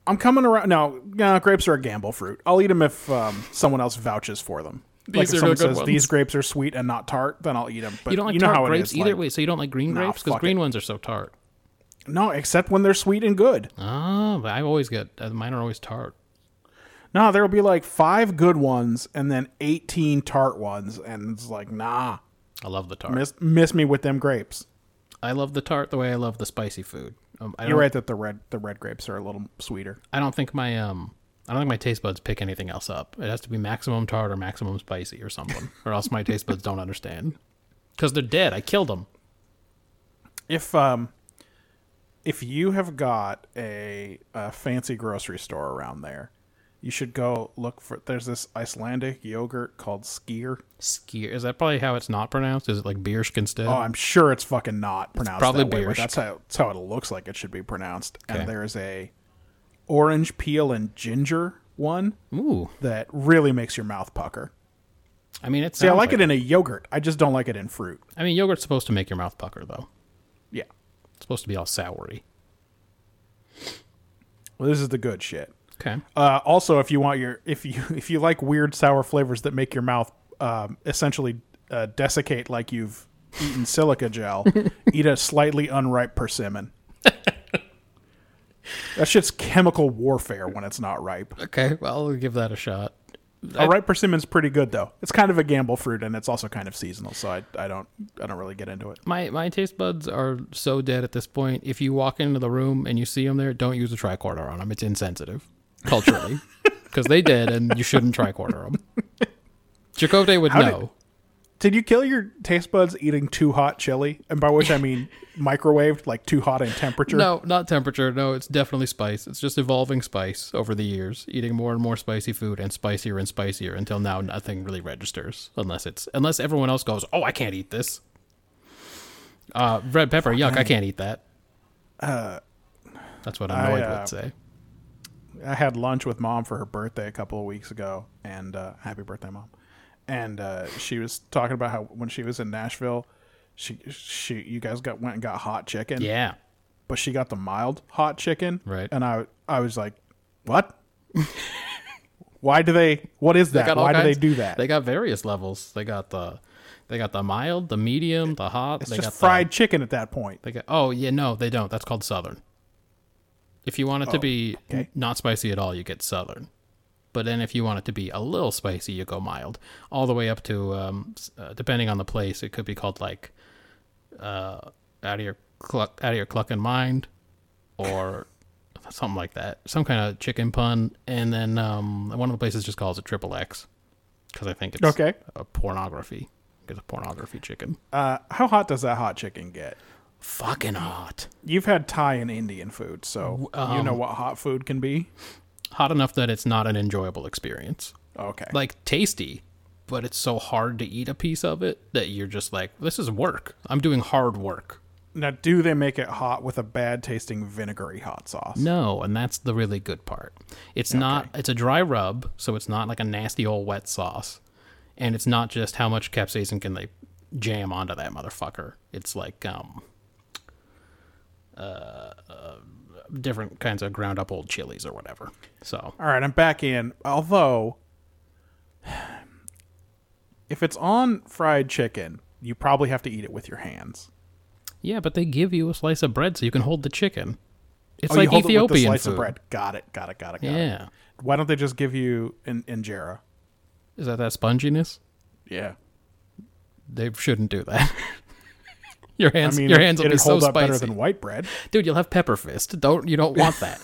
Speaker 2: I'm coming around. No, no, grapes are a gamble fruit. I'll eat them if um, someone else vouches for them.
Speaker 1: These
Speaker 2: like if
Speaker 1: are the
Speaker 2: someone
Speaker 1: good
Speaker 2: says these
Speaker 1: ones.
Speaker 2: grapes are sweet and not tart, then I'll eat them. But
Speaker 1: You don't like
Speaker 2: know
Speaker 1: tart
Speaker 2: how it
Speaker 1: grapes
Speaker 2: is,
Speaker 1: either.
Speaker 2: like-
Speaker 1: Wait, so you don't like green
Speaker 2: Nah,
Speaker 1: grapes because
Speaker 2: fuck
Speaker 1: green
Speaker 2: it.
Speaker 1: ones are so tart.
Speaker 2: no, except when they're sweet and good.
Speaker 1: Oh, but I always get uh, mine are always tart.
Speaker 2: No, there will be like five good ones and then eighteen tart ones, and it's like nah,
Speaker 1: I love the tart.
Speaker 2: miss miss me with them grapes.
Speaker 1: I love the tart the way I love the spicy food. Um, I don't,
Speaker 2: You're right that the red the red grapes are a little sweeter.
Speaker 1: I don't think my um I don't think my taste buds pick anything else up. It has to be maximum tart or maximum spicy or something, or else my taste buds don't understand. Because they're dead. I killed them.
Speaker 2: If um, if you have got a, a fancy grocery store around there, You should go look for. There's this Icelandic yogurt called Skier.
Speaker 1: Skier. Is that probably how it's not pronounced? Is it like Biersk instead?
Speaker 2: Oh, I'm sure it's fucking not pronounced
Speaker 1: probably
Speaker 2: that way, but
Speaker 1: Biersch.
Speaker 2: that's how that's how it looks like it should be pronounced.
Speaker 1: Okay.
Speaker 2: And there's a orange peel and ginger one
Speaker 1: Ooh.
Speaker 2: that really makes your mouth pucker.
Speaker 1: I mean, it's.
Speaker 2: See, I like it in a yogurt. I just don't like it in fruit.
Speaker 1: I mean, yogurt's supposed to make your mouth pucker, though.
Speaker 2: Yeah.
Speaker 1: It's supposed to be all soury.
Speaker 2: Well, this is the good shit.
Speaker 1: Okay.
Speaker 2: Uh, also, if you want your if you if you like weird sour flavors that make your mouth um, essentially uh, desiccate like you've eaten silica gel, eat a slightly unripe persimmon. that shit's chemical warfare when it's not ripe.
Speaker 1: Okay. Well, I'll give that a shot.
Speaker 2: A ripe persimmon's pretty good though. It's kind of a gamble fruit and it's also kind of seasonal, so I, I don't I don't really get into it.
Speaker 1: My my taste buds are so dead at this point. If you walk into the room and you see them there, don't use a tricorder on them. It's insensitive culturally because they did, and you shouldn't tricorder them. Jacote would
Speaker 2: How did-
Speaker 1: know.
Speaker 2: Did you kill your taste buds eating too hot chili? And by which I mean microwaved, like too hot in temperature.
Speaker 1: No, not temperature. No, it's definitely spice. It's just evolving spice over the years, eating more and more spicy food and spicier and spicier until now nothing really registers unless it's unless everyone else goes, "Oh, I can't eat this." Uh, red pepper, yuck! I can't eat that. Uh, That's what annoyed
Speaker 2: I, uh,
Speaker 1: would say.
Speaker 2: I had lunch with mom for her birthday a couple of weeks ago, and uh, happy birthday, mom. And uh, she was talking about how when she was in Nashville, she she you guys got went and got hot chicken,
Speaker 1: Yeah,
Speaker 2: but she got the mild hot chicken,
Speaker 1: Right.
Speaker 2: And I I was like, what? Why do they? What is that?
Speaker 1: got all
Speaker 2: Why do they
Speaker 1: kinds-
Speaker 2: do that?
Speaker 1: They got various levels. They got the they got the mild, the medium, the hot.
Speaker 2: it's
Speaker 1: they
Speaker 2: just
Speaker 1: got the-
Speaker 2: fried chicken at that point.
Speaker 1: They go, oh yeah, no, they don't. That's called Southern. If you want it to be n- not spicy at all, you get Southern. But then if you want it to be a little spicy, you go mild. All the way up to, um, s- uh, depending on the place, it could be called like uh, out of your cluck, out of your cluck and mind, or something like that. Some kind of chicken pun. And then um, one of the places just calls it triple X because I think it's
Speaker 2: Okay.
Speaker 1: a pornography. It's a pornography chicken.
Speaker 2: Uh, how hot does that hot chicken get?
Speaker 1: Fucking hot.
Speaker 2: You've had Thai and Indian food, so you
Speaker 1: um,
Speaker 2: know what hot food can be.
Speaker 1: hot enough that it's not an enjoyable experience.
Speaker 2: Okay,
Speaker 1: Like tasty, but it's so hard to eat a piece of it that you're just like, this is work. I'm doing hard work.
Speaker 2: Now, do they make it hot with a bad tasting vinegary hot sauce?
Speaker 1: No, and that's the really good part. It's not it's a dry rub, so it's not like a nasty old wet sauce. And it's not just how much capsaicin can they jam onto that motherfucker. It's like um uh, uh different kinds of ground up old chilies or whatever. So
Speaker 2: All right, I'm back in. Although, if it's on fried chicken, you probably have to eat it with your hands.
Speaker 1: Yeah, but they give you a slice of bread so you can hold the chicken. It's
Speaker 2: Oh, you
Speaker 1: like
Speaker 2: hold
Speaker 1: Ethiopian
Speaker 2: it with the slice
Speaker 1: food.
Speaker 2: of bread. Got it. Got it. Got it. Got it.
Speaker 1: Yeah.
Speaker 2: Why don't they just give you an injera?
Speaker 1: Is that that sponginess?
Speaker 2: Yeah.
Speaker 1: They shouldn't do that. your
Speaker 2: I
Speaker 1: hands,
Speaker 2: mean,
Speaker 1: your
Speaker 2: it-
Speaker 1: hands will
Speaker 2: it'd
Speaker 1: be so
Speaker 2: hold up
Speaker 1: spicy,
Speaker 2: better than white bread.
Speaker 1: dude. You'll have pepper fist. Don't you don't want that.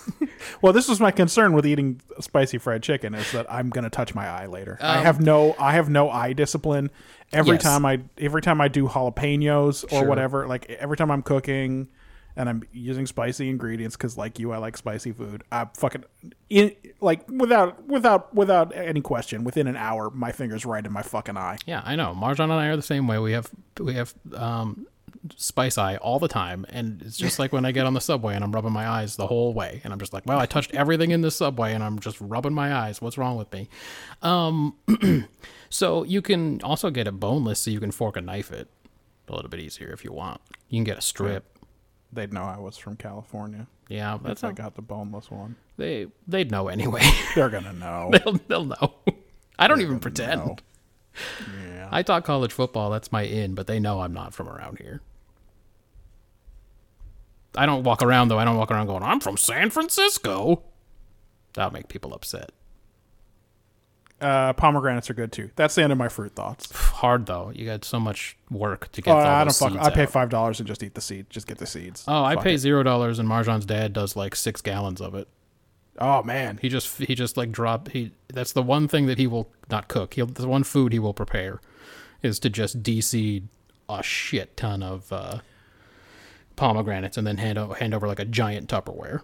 Speaker 2: Well, this is my concern with eating spicy fried chicken is that I'm going to touch my eye later. I have no I have no eye discipline. Every
Speaker 1: Um, Yes.
Speaker 2: time I every time I do jalapenos or
Speaker 1: Sure.
Speaker 2: whatever, like every time I'm cooking and I'm using spicy ingredients cuz like you I like spicy food. I fucking in, like without without without any question, within an hour my fingers right in my fucking eye.
Speaker 1: yeah, I know. Marjan and I are the same way. We have we have um, spice eye all the time, and it's just like when I get on the subway and I'm rubbing my eyes the whole way, and I'm just like, wow, I touched everything in this subway, and I'm just rubbing my eyes. What's wrong with me? Um, so you can also get it boneless, so you can fork and knife it a little bit easier if you want. You can get a strip.
Speaker 2: They'd know I was from California.
Speaker 1: Yeah, that's
Speaker 2: I
Speaker 1: like
Speaker 2: got the boneless one.
Speaker 1: they they'd know anyway.
Speaker 2: They're going to know.
Speaker 1: they'll, they'll know. I don't even pretend.
Speaker 2: know. yeah.
Speaker 1: I taught college football. That's my in, but they know I'm not from around here. I don't walk around though. I don't walk around going, "I'm from San Francisco." That'll make people upset.
Speaker 2: Uh, pomegranates are good too. That's the end of my fruit thoughts.
Speaker 1: Hard though. You got so much work to get.
Speaker 2: Oh,
Speaker 1: all
Speaker 2: I don't
Speaker 1: those
Speaker 2: fuck.
Speaker 1: seeds
Speaker 2: I pay
Speaker 1: out.
Speaker 2: five dollars and just eat the seeds. Just get the seeds.
Speaker 1: Oh, I
Speaker 2: Fuck
Speaker 1: pay
Speaker 2: it.
Speaker 1: zero dollars, and Marjan's dad does like six gallons of it.
Speaker 2: Oh man,
Speaker 1: He just he just like drop he. That's the one thing that he will not cook. He'll the one food he will prepare is to just DC a shit ton of uh, pomegranates and then hand o- hand over like a giant Tupperware.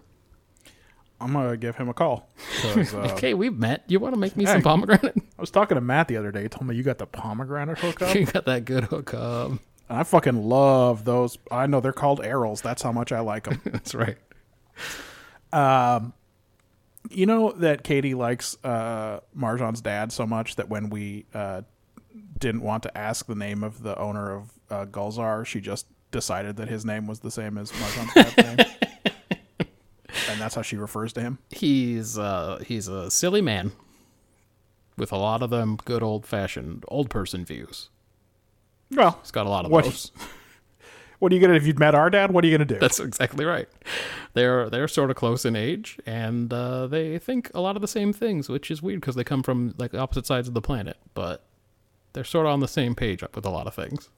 Speaker 2: I'm gonna give him a call. 'Cause, uh,
Speaker 1: Okay, we've met. You want to make me some
Speaker 2: Hey.
Speaker 1: pomegranate?
Speaker 2: I was talking to Matt the other day. He told me you got the pomegranate hookup,
Speaker 1: you got that good um, hookup.
Speaker 2: and I fucking love those. I know they're called arrows. That's how much I like them.
Speaker 1: That's right.
Speaker 2: you know that Katie likes uh, Marjan's dad so much that when we uh, didn't want to ask the name of the owner of uh, Gulzar, she just decided that his name was the same as Marjan's dad's name, and that's how she refers to him.
Speaker 1: He's uh he's a silly man with a lot of them good old fashioned old person views.
Speaker 2: Well,
Speaker 1: He's got a lot of
Speaker 2: What?
Speaker 1: those.
Speaker 2: what are you gonna if you'd met our dad? What are you gonna do?
Speaker 1: That's exactly right. They're they're sort of close in age, and uh, they think a lot of the same things, which is weird because they come from like opposite sides of the planet, but they're sort of on the same page with a lot of things.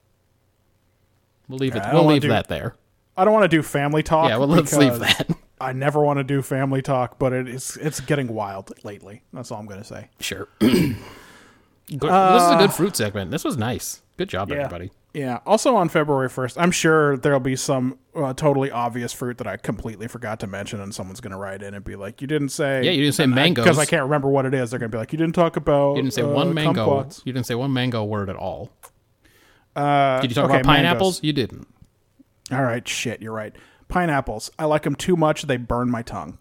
Speaker 1: We'll leave
Speaker 2: Yeah,
Speaker 1: it.
Speaker 2: I don't
Speaker 1: We'll
Speaker 2: wanna
Speaker 1: leave
Speaker 2: do-
Speaker 1: that there.
Speaker 2: I don't want to do family talk.
Speaker 1: Yeah, well, let's leave
Speaker 2: because
Speaker 1: that.
Speaker 2: I never want to do family talk, but it is it's getting wild lately. That's all I'm gonna say.
Speaker 1: Sure. Good- this is a good fruit segment. This was nice. Good job, everybody.
Speaker 2: Yeah. Also on February 1st, I'm sure there'll be some uh, totally obvious fruit that I completely forgot to mention, and someone's going to write in and be like, You didn't say.
Speaker 1: Yeah, you didn't say mangoes.
Speaker 2: Because I can't remember what it is. They're going to be like, You didn't talk about.
Speaker 1: You didn't say
Speaker 2: uh,
Speaker 1: one mango.
Speaker 2: kumquats."
Speaker 1: You didn't say one mango word at all.
Speaker 2: Uh,
Speaker 1: Did you talk
Speaker 2: okay,
Speaker 1: about pineapples?
Speaker 2: mangoes.
Speaker 1: You didn't.
Speaker 2: All right. Shit. You're right. Pineapples. I like them too much. They burn my tongue.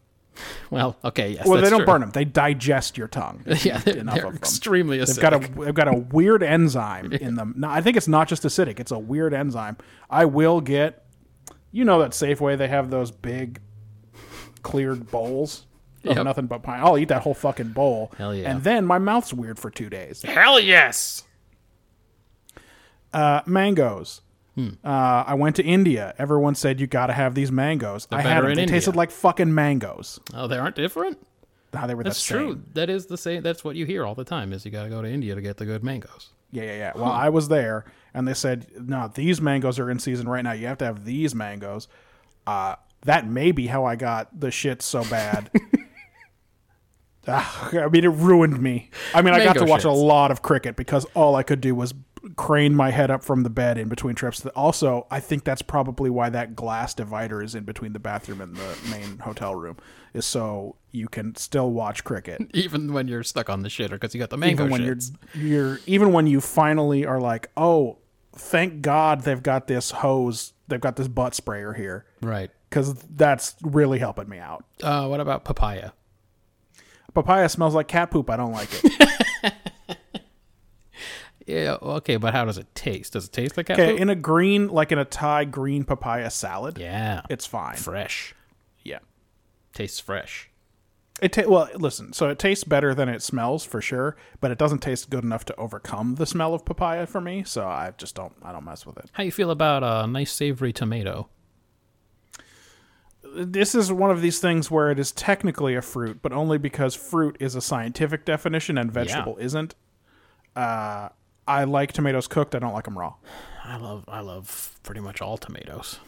Speaker 1: Well, okay, yes.
Speaker 2: Well,
Speaker 1: that's
Speaker 2: they don't
Speaker 1: true.
Speaker 2: burn them. They digest your tongue. if you
Speaker 1: Yeah,
Speaker 2: eat
Speaker 1: they're,
Speaker 2: enough
Speaker 1: they're
Speaker 2: of them.
Speaker 1: extremely acidic.
Speaker 2: They've got a they've got a weird enzyme in them. No, I think it's not just acidic; it's a weird enzyme. I will get, you know, that Safeway they have those big cleared bowls of
Speaker 1: Yep.
Speaker 2: nothing but pine. I'll eat that whole fucking bowl,
Speaker 1: Hell yeah.
Speaker 2: and then my mouth's weird for two days.
Speaker 1: Hell yes.
Speaker 2: Uh, mangoes.
Speaker 1: Hmm.
Speaker 2: Uh, I went to India. Everyone said you got to have these mangoes. I had
Speaker 1: better
Speaker 2: them.
Speaker 1: in
Speaker 2: they
Speaker 1: India.
Speaker 2: tasted like fucking mangoes.
Speaker 1: Oh, they aren't different.
Speaker 2: How they were
Speaker 1: That's
Speaker 2: the same.
Speaker 1: true. That is the same. That's what you hear all the time. Is you got to go to India to get the good mangoes.
Speaker 2: Yeah, yeah, yeah. Well, I was there, and they said, "No, these mangoes are in season right now. You have to have these mangoes." Uh, that may be how I got the shit so bad. Ah, I mean, it ruined me. I mean, I got
Speaker 1: Mango
Speaker 2: to watch a
Speaker 1: shits.
Speaker 2: lot of cricket because all I could do was crane my head up from the bed in between trips. Also, I think that's probably why that glass divider is in between the bathroom and the main hotel room, is so you can still watch cricket
Speaker 1: Even when you're stuck on the shitter because you got the mango
Speaker 2: even when
Speaker 1: shits.
Speaker 2: you're you're even when you finally are like, oh, thank God they've got this hose, they've got this butt sprayer here
Speaker 1: Right.
Speaker 2: because that's really helping me out.
Speaker 1: Uh, what about papaya?
Speaker 2: Papaya smells like cat poop. I don't like it.
Speaker 1: Yeah. Okay, but how does it taste? Does it taste like cat
Speaker 2: okay,
Speaker 1: poop?
Speaker 2: in a green, like in a Thai green papaya salad,
Speaker 1: yeah.
Speaker 2: it's fine.
Speaker 1: fresh.
Speaker 2: Yeah.
Speaker 1: Tastes fresh.
Speaker 2: It ta- well, listen. So it tastes better than it smells for sure, but it doesn't taste good enough to overcome the smell of papaya for me. So I just don't. I don't mess with it.
Speaker 1: How you feel about a nice savory tomato?
Speaker 2: this is one of these things where it is technically a fruit, but only because fruit is a scientific definition and vegetable isn't. Uh, I like tomatoes cooked. I don't like them raw.
Speaker 1: I love I love pretty much all tomatoes.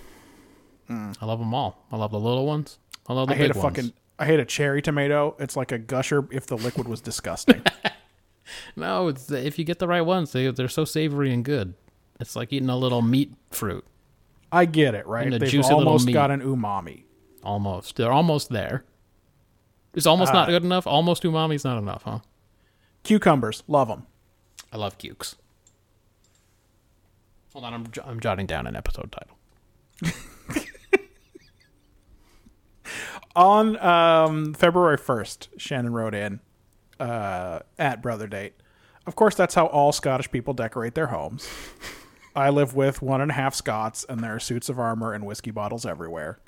Speaker 1: I love them all. I love the little ones. I love the
Speaker 2: I
Speaker 1: big
Speaker 2: hate a
Speaker 1: ones.
Speaker 2: fucking. I hate a cherry tomato. It's like a gusher if the liquid was disgusting.
Speaker 1: No, it's if you get the right ones, they they're so savory and good. It's like eating a little meat fruit.
Speaker 2: I get it, right?
Speaker 1: And the
Speaker 2: They've
Speaker 1: juicy little
Speaker 2: almost
Speaker 1: meat.
Speaker 2: got an umami.
Speaker 1: Almost. They're almost there. Is almost
Speaker 2: Ah.
Speaker 1: not good enough? Almost umami's not enough, huh?
Speaker 2: Cucumbers, love them.
Speaker 1: I love cukes. Hold on, I'm, jo- I'm jotting down an episode title.
Speaker 2: on um, February 1st, Shannon wrote in uh, at Brother Date. Of course, that's how all Scottish people decorate their homes. I live with one and a half Scots, and there are suits of armor and whiskey bottles everywhere.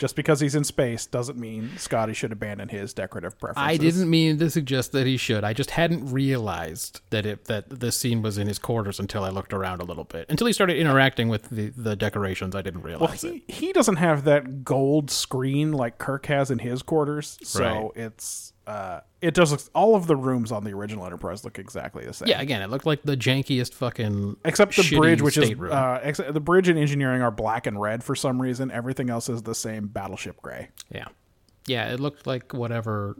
Speaker 2: Just because he's in space doesn't mean Scotty should abandon his decorative preferences.
Speaker 1: I didn't mean to suggest that he should. I just hadn't realized that it that this scene was in his quarters until I looked around a little bit. Until he started interacting with the, the decorations, I didn't realize
Speaker 2: Well,
Speaker 1: it.
Speaker 2: he, he doesn't have that gold screen like Kirk has in his quarters, so
Speaker 1: Right.
Speaker 2: it's uh, it does look. All of the rooms on the original Enterprise look exactly the same.
Speaker 1: Yeah, again, it looked like the jankiest fucking
Speaker 2: except the
Speaker 1: shitty
Speaker 2: bridge which is
Speaker 1: stateroom.
Speaker 2: uh, ex- the bridge and engineering are black and red for some reason everything else is the same battleship gray
Speaker 1: Yeah, yeah. It looked like whatever,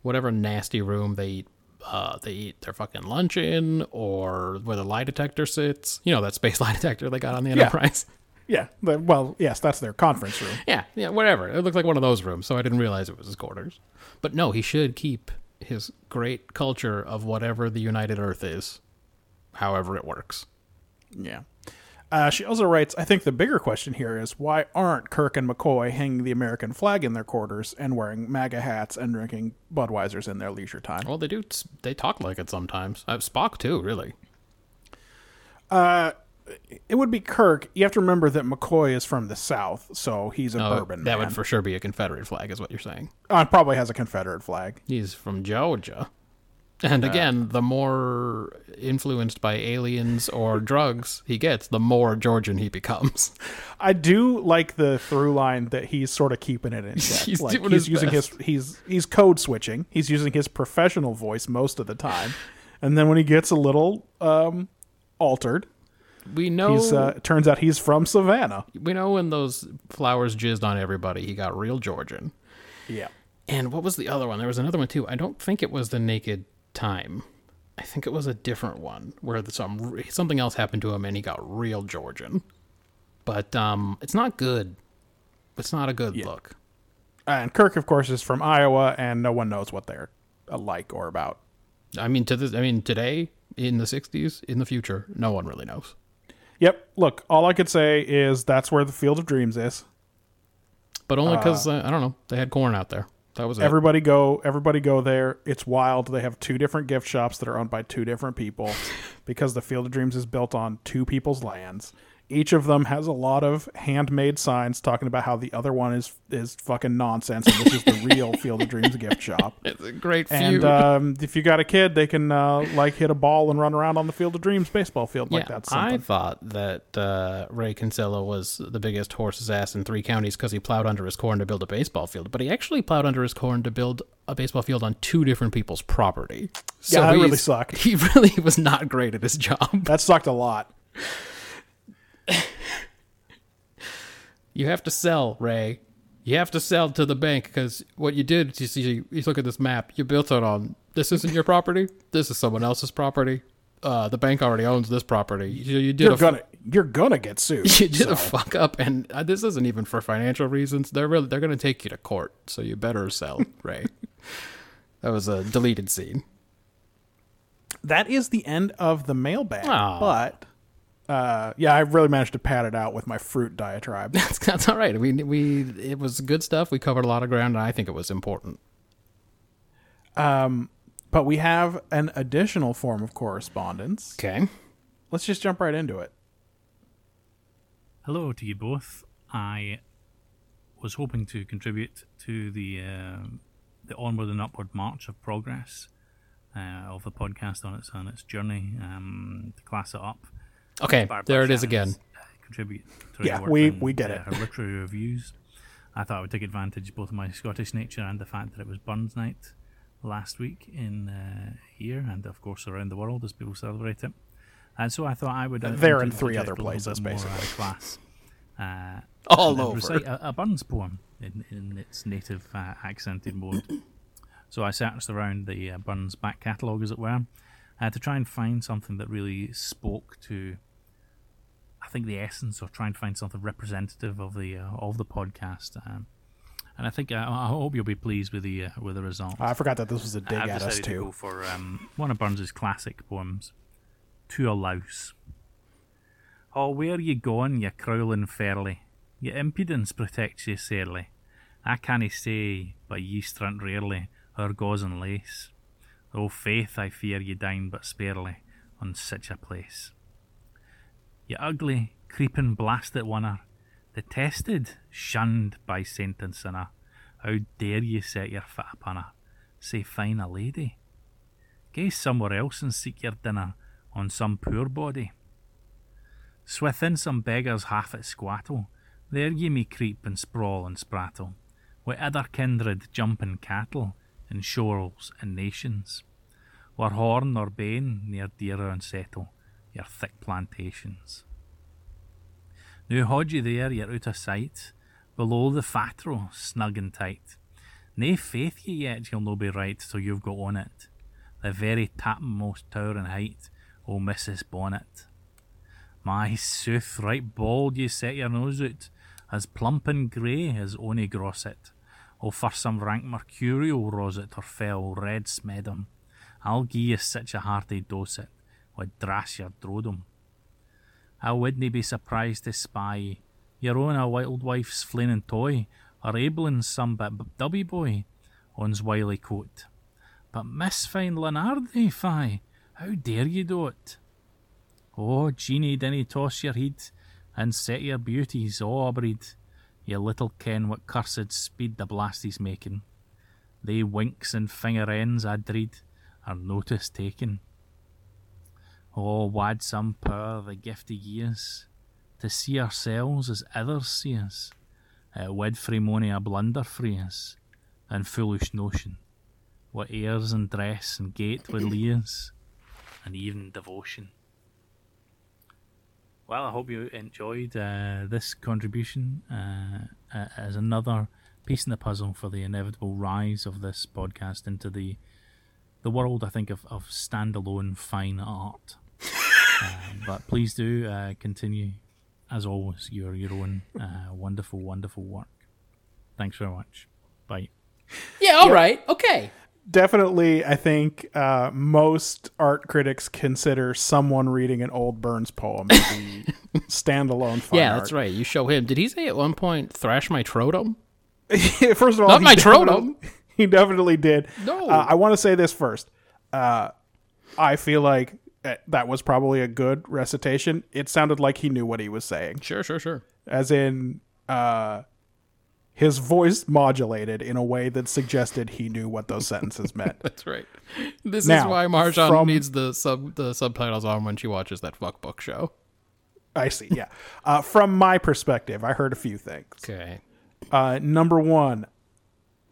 Speaker 1: whatever nasty room they eat, uh, they eat their fucking lunch in, or where the lie detector sits. You know that space lie detector they got on the Enterprise.
Speaker 2: Yeah. the- well, yes, that's their conference room.
Speaker 1: Yeah, yeah, whatever. It looked like one of those rooms, so I didn't realize it was his quarters. But no, he should keep his great culture of whatever the United Earth is, however it works.
Speaker 2: Yeah. Uh, she also writes, I think the bigger question here is why aren't Kirk and McCoy hanging the American flag in their quarters and wearing MAGA hats and drinking Budweisers in their leisure time?
Speaker 1: Well, they do. They talk like it sometimes. Uh, Spock too, really.
Speaker 2: It would be Kirk. You have to remember that McCoy is from the South, so he's a
Speaker 1: Uh,
Speaker 2: bourbon
Speaker 1: that
Speaker 2: man.
Speaker 1: would for sure be a Confederate flag, is what you're saying.
Speaker 2: Uh, probably has a Confederate flag.
Speaker 1: He's from Georgia.
Speaker 2: Uh,
Speaker 1: And again, the more influenced by aliens or drugs he gets, the more Georgian he becomes.
Speaker 2: I do like the through line that he's sort of keeping it in check.
Speaker 1: He's
Speaker 2: like,
Speaker 1: doing
Speaker 2: he's
Speaker 1: his
Speaker 2: using
Speaker 1: best.
Speaker 2: his he's he's code switching. He's using his professional voice most of the time, and then when he gets a little um, altered,
Speaker 1: We know
Speaker 2: he's uh, it turns out he's from Savannah.
Speaker 1: we know when those flowers jizzed on everybody, he got real Georgian.
Speaker 2: Yeah,
Speaker 1: And what was the other one? There was another one too. I don't think it was the Naked Time. I think it was a different one where some something else happened to him and he got real Georgian. But um, it's not good. It's not a good look.
Speaker 2: and Kirk, of course, is from Iowa, and no one knows what they're alike or about.
Speaker 1: I mean, to this, I mean, today in the '60s, in the future, no one really knows.
Speaker 2: Yep. Look, all I could say is that's where the Field of Dreams is.
Speaker 1: But only because uh, I don't know, they had corn out there. That was it.
Speaker 2: Everybody go, everybody go there. It's wild. They have two different gift shops that are owned by two different people because the Field of Dreams is built on two people's lands. Each of them has a lot of handmade signs talking about how the other one is is fucking nonsense and this is the real Field of Dreams gift shop.
Speaker 1: it's a great feud.
Speaker 2: And um, if you got a kid, they can uh, like hit a ball and run around on the Field of Dreams baseball field
Speaker 1: yeah,
Speaker 2: like that's
Speaker 1: I
Speaker 2: something.
Speaker 1: thought that uh, Ray Kinsella was the biggest horse's ass in three counties because he plowed under his corn to build a baseball field. But he actually plowed under his corn to build a baseball field on two different people's property. So
Speaker 2: Yeah, that really
Speaker 1: he's-
Speaker 2: sucked.
Speaker 1: He really was not great at his job.
Speaker 2: That sucked a lot.
Speaker 1: You have to sell, Ray. You have to sell to the bank because what you did is you see, you look at this map. You built it on this isn't your property. This is someone else's property. Uh, the bank already owns this property. You, you did
Speaker 2: You're
Speaker 1: a
Speaker 2: gonna you're gonna get sued.
Speaker 1: you did a fuck up, and uh, this isn't even for financial reasons. They're really they're gonna take you to court, so you better sell, Ray. that was a deleted scene.
Speaker 2: that is the end of the mailbag.
Speaker 1: Aw.
Speaker 2: But uh, yeah, I really managed to pad it out with my fruit diatribe.
Speaker 1: That's, that's all right. We we it was good stuff. We covered a lot of ground, and I think it was important.
Speaker 2: but we have an additional form of correspondence.
Speaker 1: Okay.
Speaker 2: Let's just jump right into it.
Speaker 3: Hello to you both. I was hoping to contribute to the uh, the onward and upward march of progress uh, of the podcast on its on its journey um, to class it up.
Speaker 1: Okay.
Speaker 3: Barbara
Speaker 1: there it is
Speaker 3: Shannon's,
Speaker 1: again.
Speaker 3: uh, Contribute. To
Speaker 2: Yeah,
Speaker 3: her work
Speaker 2: we-
Speaker 3: and,
Speaker 2: we get
Speaker 3: uh,
Speaker 2: it.
Speaker 3: Her literary reviews. I thought I would take advantage of both of my Scottish nature and the fact that it was Burns Night last week in uh, here and of course around the world as people celebrate it. And so I thought I would. Uh,
Speaker 2: There
Speaker 3: enter
Speaker 2: and
Speaker 3: the
Speaker 2: three
Speaker 3: subject
Speaker 2: other
Speaker 3: a little
Speaker 2: places,
Speaker 3: bit more, uh,
Speaker 2: basically.
Speaker 3: Class. Uh,
Speaker 1: All
Speaker 3: and
Speaker 1: over.
Speaker 3: Recite a, a Burns poem in, in its native uh, accented mode. So I searched around the uh, Burns back catalogue, as it were, uh, to try and find something that really spoke to, I think, the essence, or try and find something representative of the uh, of the podcast. Um, and I think uh, I hope you'll be pleased with the uh, with the result.
Speaker 2: I forgot that this was a dig
Speaker 3: I've
Speaker 2: at us
Speaker 3: decided to go
Speaker 2: too.
Speaker 3: for um, one of Burns' classic poems, To a Louse. Oh, where you gone, you crowlin' fairly? Your impudence protects you sairly. I canna say, but ye strunt rarely, her gauze and lace. Oh, faith, I fear ye dine but sparely on such a place. You ugly, creepin' blasted oneer, detested, shunned by saint and sinner. How dare ye set your foot upon her? Say, fine a lady. Gae somewhere else and seek your dinner on some poor body. Swithin some beggars half at squattle, there ye may creep and sprawl and sprattle, wi' other kindred jumping cattle in shorels and nations, where horn or bane near dearer and settle your thick plantations. Now hodge ye there, you're out o' sight, below the fatro, snug and tight. Nae faith ye yet you'll no be right till you've got on it. The very topmost towering height, O Mrs. Bonnet. My sooth, right bald ye set your nose out, as plump and grey as ony grosset. Oh, for some rank mercurial roset or fell red smedum, I'll gie ye such a hearty dose it, would drass your drodum. I wouldn't be surprised to spy ye, your own a wild wife's flainin' toy, or abling some but b- dubby boy, on's wily coat. But Miss Fine Lunardi, fie, how dare ye do it? Oh, Jeanie, dinny toss your heed, and set your beauties aw abreed. Ye little ken what cursed speed the blast is making. They winks and finger ends, I dread, are notice taken. Oh, wad some power the gift of years, to see ourselves as others see us. It wid frae mony a blunder frae us, and foolish notion, what airs and dress and gait with leers, and even devotion. Well, I hope you enjoyed uh, this contribution uh, a- as another piece in the puzzle for the inevitable rise of this podcast into the the world, I think, of, of standalone fine art. Uh, but please do uh, continue, as always, your, your own uh, wonderful, wonderful work. Thanks very much. Bye.
Speaker 1: Yeah, all right, Okay.
Speaker 2: Definitely, I think uh, most art critics consider someone reading an old Burns poem to be standalone fine
Speaker 1: Yeah,
Speaker 2: art.
Speaker 1: that's right. You show him. Did he say at one point, thrash my trotum?
Speaker 2: first of all,
Speaker 1: Not
Speaker 2: he
Speaker 1: my
Speaker 2: definitely-
Speaker 1: trotum.
Speaker 2: He definitely did.
Speaker 1: No.
Speaker 2: Uh, I want to say this first. Uh, I feel like uh, that was probably a good recitation. It sounded like he knew what he was saying,
Speaker 1: Sure, sure, sure.
Speaker 2: as in uh, his voice modulated in a way that suggested he knew what those sentences meant.
Speaker 1: That's right. This is
Speaker 2: Now,
Speaker 1: why Marjan
Speaker 2: from-
Speaker 1: needs the sub the subtitles on when she watches that fuck book show.
Speaker 2: I see. Yeah. Uh, from my perspective, I heard a few things.
Speaker 1: Okay.
Speaker 2: Uh, number one,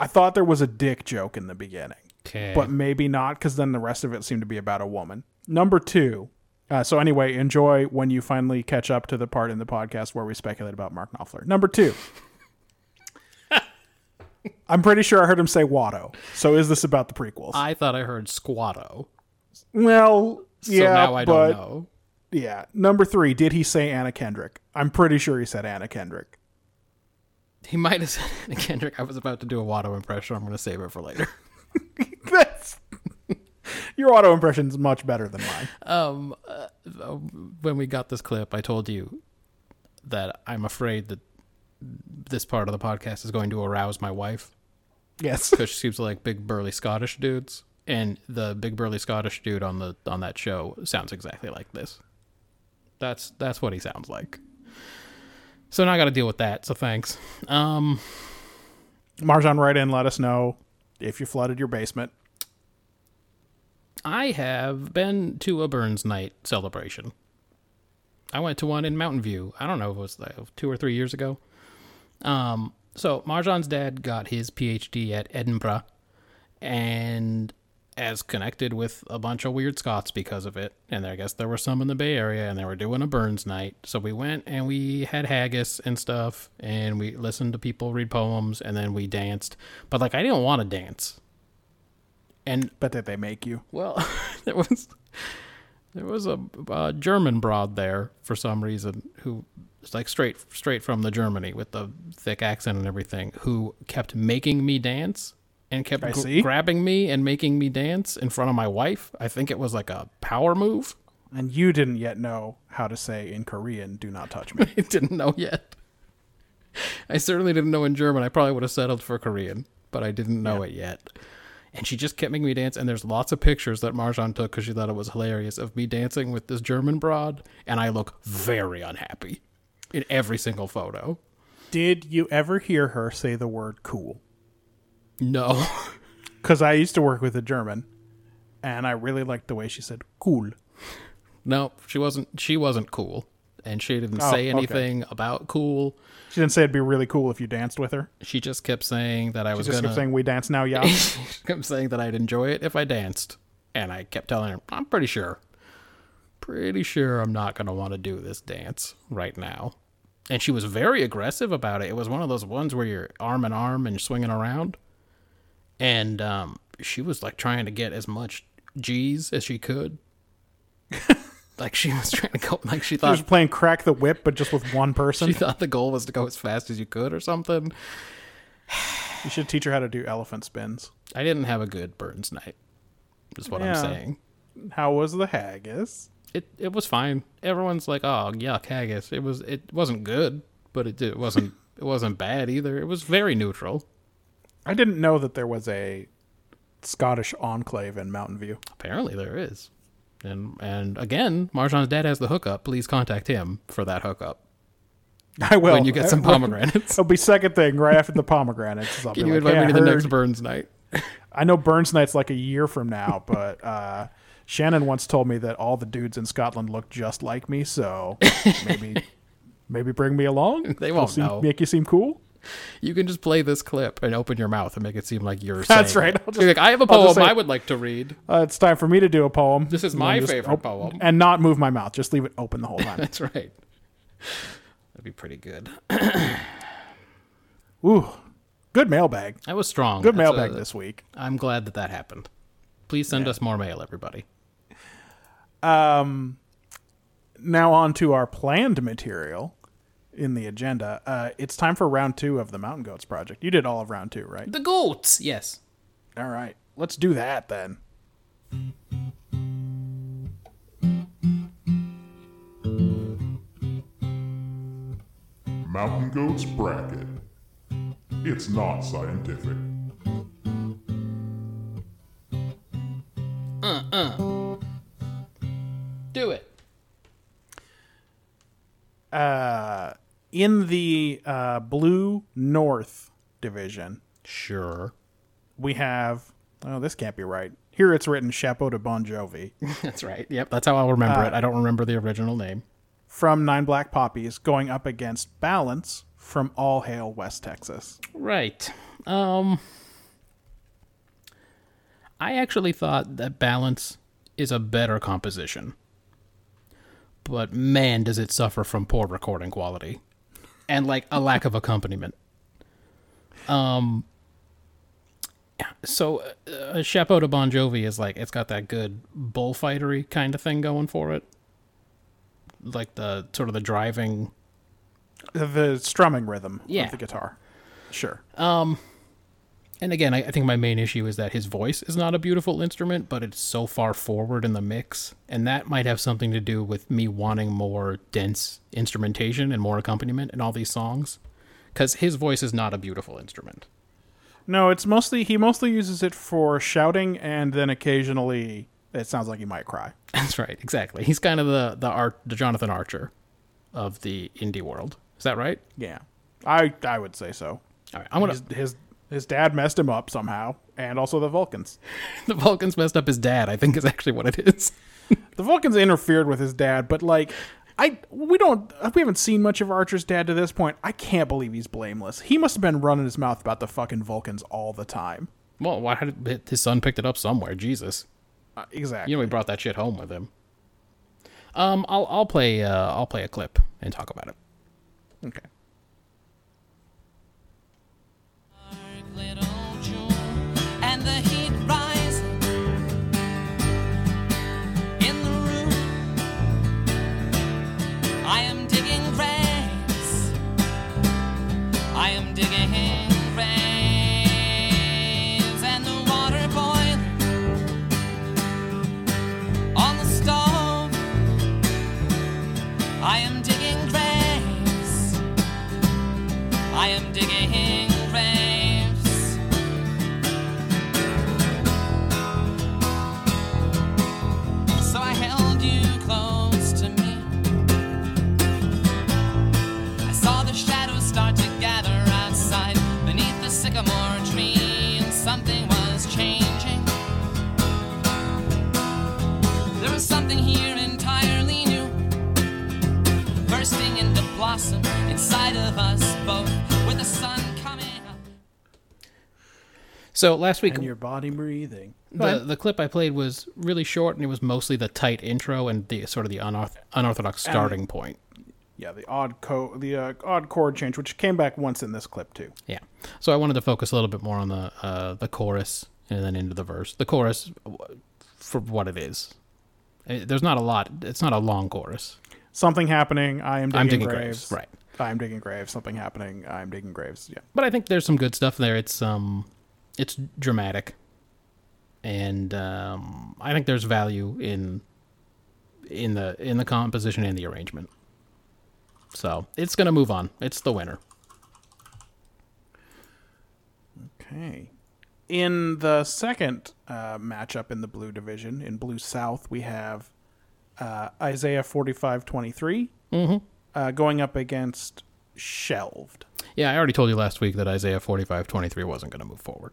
Speaker 2: I thought there was a dick joke in the beginning.
Speaker 1: Okay.
Speaker 2: but maybe not because then the rest of it seemed to be about a woman. Number two. Uh, so anyway, enjoy when you finally catch up to the part in the podcast where we speculate about Mark Knopfler. Number two. I'm pretty sure I heard him say Watto. So is this about the prequels?
Speaker 1: I thought I heard squatto.
Speaker 2: well,
Speaker 1: So
Speaker 2: yeah,
Speaker 1: now I
Speaker 2: but
Speaker 1: don't know.
Speaker 2: yeah. Number three. Did he say Anna Kendrick? I'm pretty sure he said Anna Kendrick.
Speaker 1: He might have said it Kendrick. I was about to do a Watto impression. I'm going to save it for later.
Speaker 2: That's your auto impression's much better than mine.
Speaker 1: Um, uh, when we got this clip, I told you that I'm afraid that this part of the podcast is going to arouse my wife
Speaker 2: Yes.
Speaker 1: because she seems to like big burly Scottish dudes, and the big burly Scottish dude on the on that show sounds exactly like this. That's that's what he sounds like. So now I got to deal with that. So thanks. Um,
Speaker 2: Marjan, write in. Let us know if you flooded your basement.
Speaker 1: I have been to a Burns Night celebration. I went to one in Mountain View. I don't know if it was like two or three years ago. Um, so Marjan's dad got his PhD at Edinburgh, and as connected with a bunch of weird Scots because of it. And I guess there were some in the Bay Area, and they were doing a Burns night. So we went and we had haggis and stuff, and we listened to people read poems, and then we danced. But like, I didn't want to dance, and
Speaker 2: But did they make you?
Speaker 1: well, there was there was a, a German broad there for some reason who was like straight straight from the Germany with the thick accent and everything who kept making me dance and kept
Speaker 2: I
Speaker 1: gr-
Speaker 2: see.
Speaker 1: grabbing me and making me dance in front of my wife. I think it was like a power move.
Speaker 2: And you didn't yet know how to say in Korean, do not touch me.
Speaker 1: I didn't know yet. I certainly didn't know in German. I probably would have settled for Korean, but I didn't know it yet. And she just kept making me dance. And there's lots of pictures that Marjan took because she thought it was hilarious of me dancing with this German broad. And I look very unhappy in every single photo.
Speaker 2: Did you ever hear her say the word cool?
Speaker 1: No.
Speaker 2: Because I used to work with a German, and I really liked the way she said cool.
Speaker 1: no, she wasn't. She wasn't cool. And she didn't
Speaker 2: Oh,
Speaker 1: say
Speaker 2: okay.
Speaker 1: anything about cool.
Speaker 2: She didn't say it'd be really cool if you danced with her.
Speaker 1: She just kept saying that I was
Speaker 2: Just
Speaker 1: going
Speaker 2: kept
Speaker 1: to
Speaker 2: saying we dance now, yeah.
Speaker 1: kept saying that I'd enjoy it if I danced. And I kept telling her, I'm pretty sure. Pretty sure I'm not going to want to do this dance right now. And she was very aggressive about it. It was one of those ones where you're arm in arm and swinging around. And um, she was like trying to get as much G's as she could. Like she was trying to go, like she
Speaker 2: She was
Speaker 1: thought
Speaker 2: playing crack the whip, but just with one
Speaker 1: she
Speaker 2: person.
Speaker 1: thought the goal was to go as fast as you could or something.
Speaker 2: You should teach her how to do elephant spins.
Speaker 1: I didn't have a good Burns night. Is what I'm
Speaker 2: Yeah.
Speaker 1: saying.
Speaker 2: How was the haggis?
Speaker 1: It it was fine. Everyone's like, oh yuck, haggis. It was it wasn't good, but it did, it wasn't it wasn't bad either. It was very neutral.
Speaker 2: I didn't know that there was a Scottish enclave in Mountain View.
Speaker 1: Apparently there is. And and again, Marjan's dad has the hookup. Please contact him for that hookup
Speaker 2: I will.
Speaker 1: when you get some
Speaker 2: I- I-
Speaker 1: pomegranates.
Speaker 2: It'll be second thing right after the pomegranates. is I'll
Speaker 1: Can
Speaker 2: be
Speaker 1: you invite
Speaker 2: like, "Hey,
Speaker 1: me
Speaker 2: I
Speaker 1: to the
Speaker 2: heard-
Speaker 1: next Burns night?
Speaker 2: I know Burns Night's like a year from now, but uh, Shannon once told me that all the dudes in Scotland look just like me, so maybe maybe bring me along.
Speaker 1: They
Speaker 2: It'll
Speaker 1: won't
Speaker 2: seem-
Speaker 1: know.
Speaker 2: Make you seem cool.
Speaker 1: You can just play this clip and open your mouth and make it seem like you're.
Speaker 2: That's
Speaker 1: saying
Speaker 2: right.
Speaker 1: it.
Speaker 2: I'll
Speaker 1: You're
Speaker 2: just-
Speaker 1: like, I have a
Speaker 2: I'll
Speaker 1: poem
Speaker 2: just say-
Speaker 1: I would like to read.
Speaker 2: Uh, it's time for me to do a poem.
Speaker 1: This is
Speaker 2: And then
Speaker 1: my
Speaker 2: just
Speaker 1: favorite
Speaker 2: op-
Speaker 1: poem.
Speaker 2: and not move my mouth. Just leave it open the whole time.
Speaker 1: That's right. That'd be pretty good.
Speaker 2: Ooh, good mailbag.
Speaker 1: That was strong.
Speaker 2: Good
Speaker 1: That's
Speaker 2: mailbag
Speaker 1: a-
Speaker 2: this week.
Speaker 1: I'm glad that that happened. Please send us more mail, everybody.
Speaker 2: Now on to our planned material in the agenda. Uh, it's time for round two of the Mountain Goats project. You did all of round two, right?
Speaker 1: The goats. Yes.
Speaker 2: All right, let's do that then.
Speaker 4: Mountain Goats Bracket. It's not scientific.
Speaker 1: Do it.
Speaker 2: in the uh, blue north division,
Speaker 1: Sure.
Speaker 2: we have. Oh, this can't be right. Here it's written Chapeau de Bon Jovi
Speaker 1: That's right. Yep. Uh, That's how I'll remember it. I don't remember the original name.
Speaker 2: from Nine Black Poppies going up against Balance from All Hail West Texas.
Speaker 1: Right. Um I actually thought that balance is a better composition. But man does it suffer from poor recording quality and like a lack of accompaniment. Um so uh, uh, Chapeau to Bon Jovi is like it's got that good bullfightery kind of thing going for it. Like the sort of the driving
Speaker 2: The, the strumming rhythm
Speaker 1: Yeah.
Speaker 2: of the guitar. Sure.
Speaker 1: And again, I, I think my main issue is that his voice is not a beautiful instrument, but it's so far forward in the mix. And that might have something to do with me wanting more dense instrumentation and more accompaniment in all these songs. Because his voice is not a beautiful instrument.
Speaker 2: no, it's mostly he mostly uses it for shouting, and then occasionally it sounds like he might cry.
Speaker 1: That's right, exactly. He's kind of the the art the Jonathan Archer of the indie world. Is that right?
Speaker 2: Yeah, I I would say so.
Speaker 1: All right, I'm gonna
Speaker 2: His his, his dad messed him up somehow, and also the Vulcans.
Speaker 1: the Vulcans messed up his dad. I think is actually what it is.
Speaker 2: the Vulcans interfered with his dad, but like I we don't we haven't seen much of Archer's dad to this point. I can't believe he's blameless. He must have been running his mouth about the fucking Vulcans all the time.
Speaker 1: Well, why did his son picked it up somewhere? Jesus.
Speaker 2: Uh, exactly.
Speaker 1: You know he brought that shit home with him. Um, I'll I'll play uh, I'll play a clip and talk about it.
Speaker 2: okay.
Speaker 5: dark little June and the heat rise in the room. I am digging graves. I am digging graves and the water boiling on the stove. I am digging graves. I am digging graves. So I held you close to me. I saw the shadows start to gather outside beneath the sycamore tree, and something was changing. There was something here entirely new bursting into blossom inside of us both with the sun coming up.
Speaker 1: So last week
Speaker 2: And your body breathing.
Speaker 1: the, the clip I played was really short and it was mostly the tight intro and the sort of the unorth- unorthodox starting point.
Speaker 2: Yeah, the odd co the uh, odd chord change, which came back once in this clip too.
Speaker 1: Yeah. So I wanted to focus a little bit more on the uh, the chorus and then into the verse. The chorus w- for what it is, Eh, There's not a lot. It's not a long chorus.
Speaker 2: Something happening. I am digging,
Speaker 1: I'm digging
Speaker 2: graves.
Speaker 1: graves. Right.
Speaker 2: I am digging graves. Something happening. I am digging graves. Yeah.
Speaker 1: but I think there's some good stuff there. It's um, it's dramatic, and um, I think there's value in in the in the composition and the arrangement. So it's gonna move on. It's the winner.
Speaker 2: Okay. In the second uh, matchup in the blue division, in blue south, we have uh, Isaiah forty five twenty three
Speaker 1: Mm-hmm.
Speaker 2: uh, going up against Shelved.
Speaker 1: Yeah, I already told you last week that Isaiah 45:23 wasn't gonna move forward.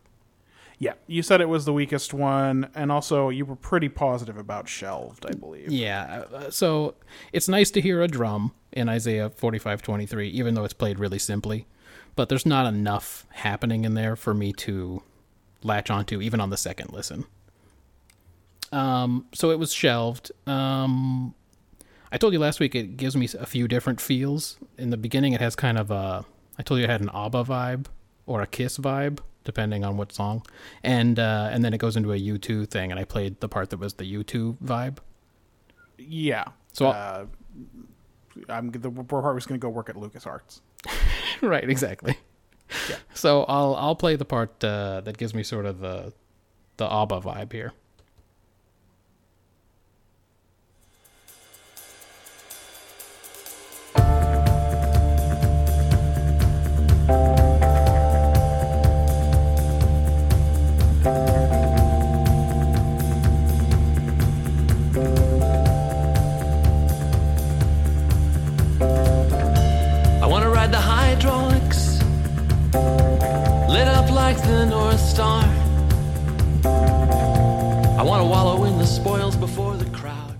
Speaker 2: Yeah, you said it was the weakest one, and also you were pretty positive about Shelved, I believe.
Speaker 1: Yeah, uh, so it's nice to hear a drum in Isaiah 45:23 even though it's played really simply, but there's not enough happening in there for me to latch onto even on the second listen. Um so it was shelved. Um I told you last week it gives me a few different feels. In the beginning it has kind of a I told you it had an ABBA vibe or a Kiss vibe depending on what song. And uh and then it goes into a U2 thing and I played the part that was the U2 vibe.
Speaker 2: Yeah.
Speaker 1: So I'll-
Speaker 2: uh, I'm the Burhart was going to go work at LucasArts.
Speaker 1: right exactly so i'll i'll play the part uh, that gives me sort of the the abba vibe here
Speaker 6: I wanna ride the hydraulics, lit up like the North Star. I wanna wallow in the spoils before the crowd.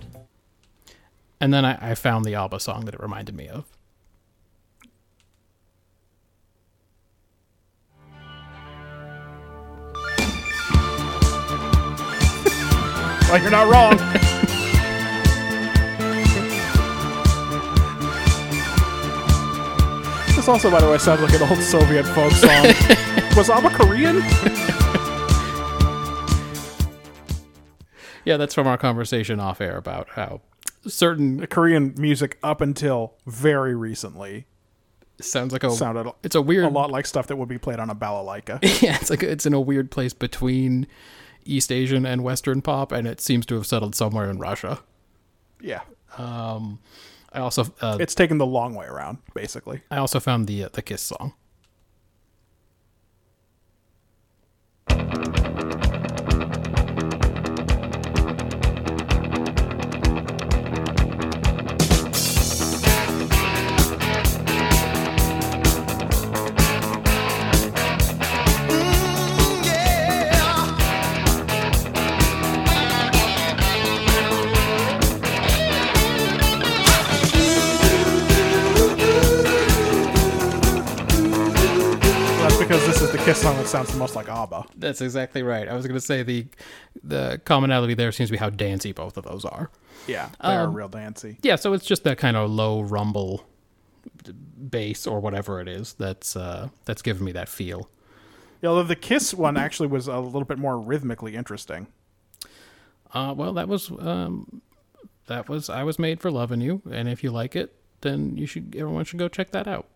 Speaker 1: and then i, I found the abba song that it reminded me of
Speaker 2: Well, you're not wrong. this also, by the way, sounds like an old Soviet folk song. was Abba Korean?
Speaker 1: yeah that's from our conversation off air about how certain
Speaker 2: Korean music up until very recently
Speaker 1: sounds like a
Speaker 2: sounded
Speaker 1: Oh. it's a weird
Speaker 2: a lot like stuff that would be played on a balalaika.
Speaker 1: yeah it's like it's in a weird place between east asian and western pop and it seems to have settled somewhere in russia
Speaker 2: yeah.
Speaker 1: i also uh,
Speaker 2: It's taken the long way around, basically.
Speaker 1: i also found the uh, the kiss song
Speaker 2: That's because this is the kiss song that sounds the most like Abba.
Speaker 1: That's exactly right. I was going to say the the commonality there seems to be how dancey both of those are.
Speaker 2: Yeah, they
Speaker 1: Um.
Speaker 2: are real dancy.
Speaker 1: Yeah, so it's just that kind of low rumble d- bass or whatever it is that's uh that's giving me that feel.
Speaker 2: Yeah, although the kiss one actually was a little bit more rhythmically interesting.
Speaker 1: Uh well, that was um that was I was made for loving you and if you like it, then you should everyone should go check that out.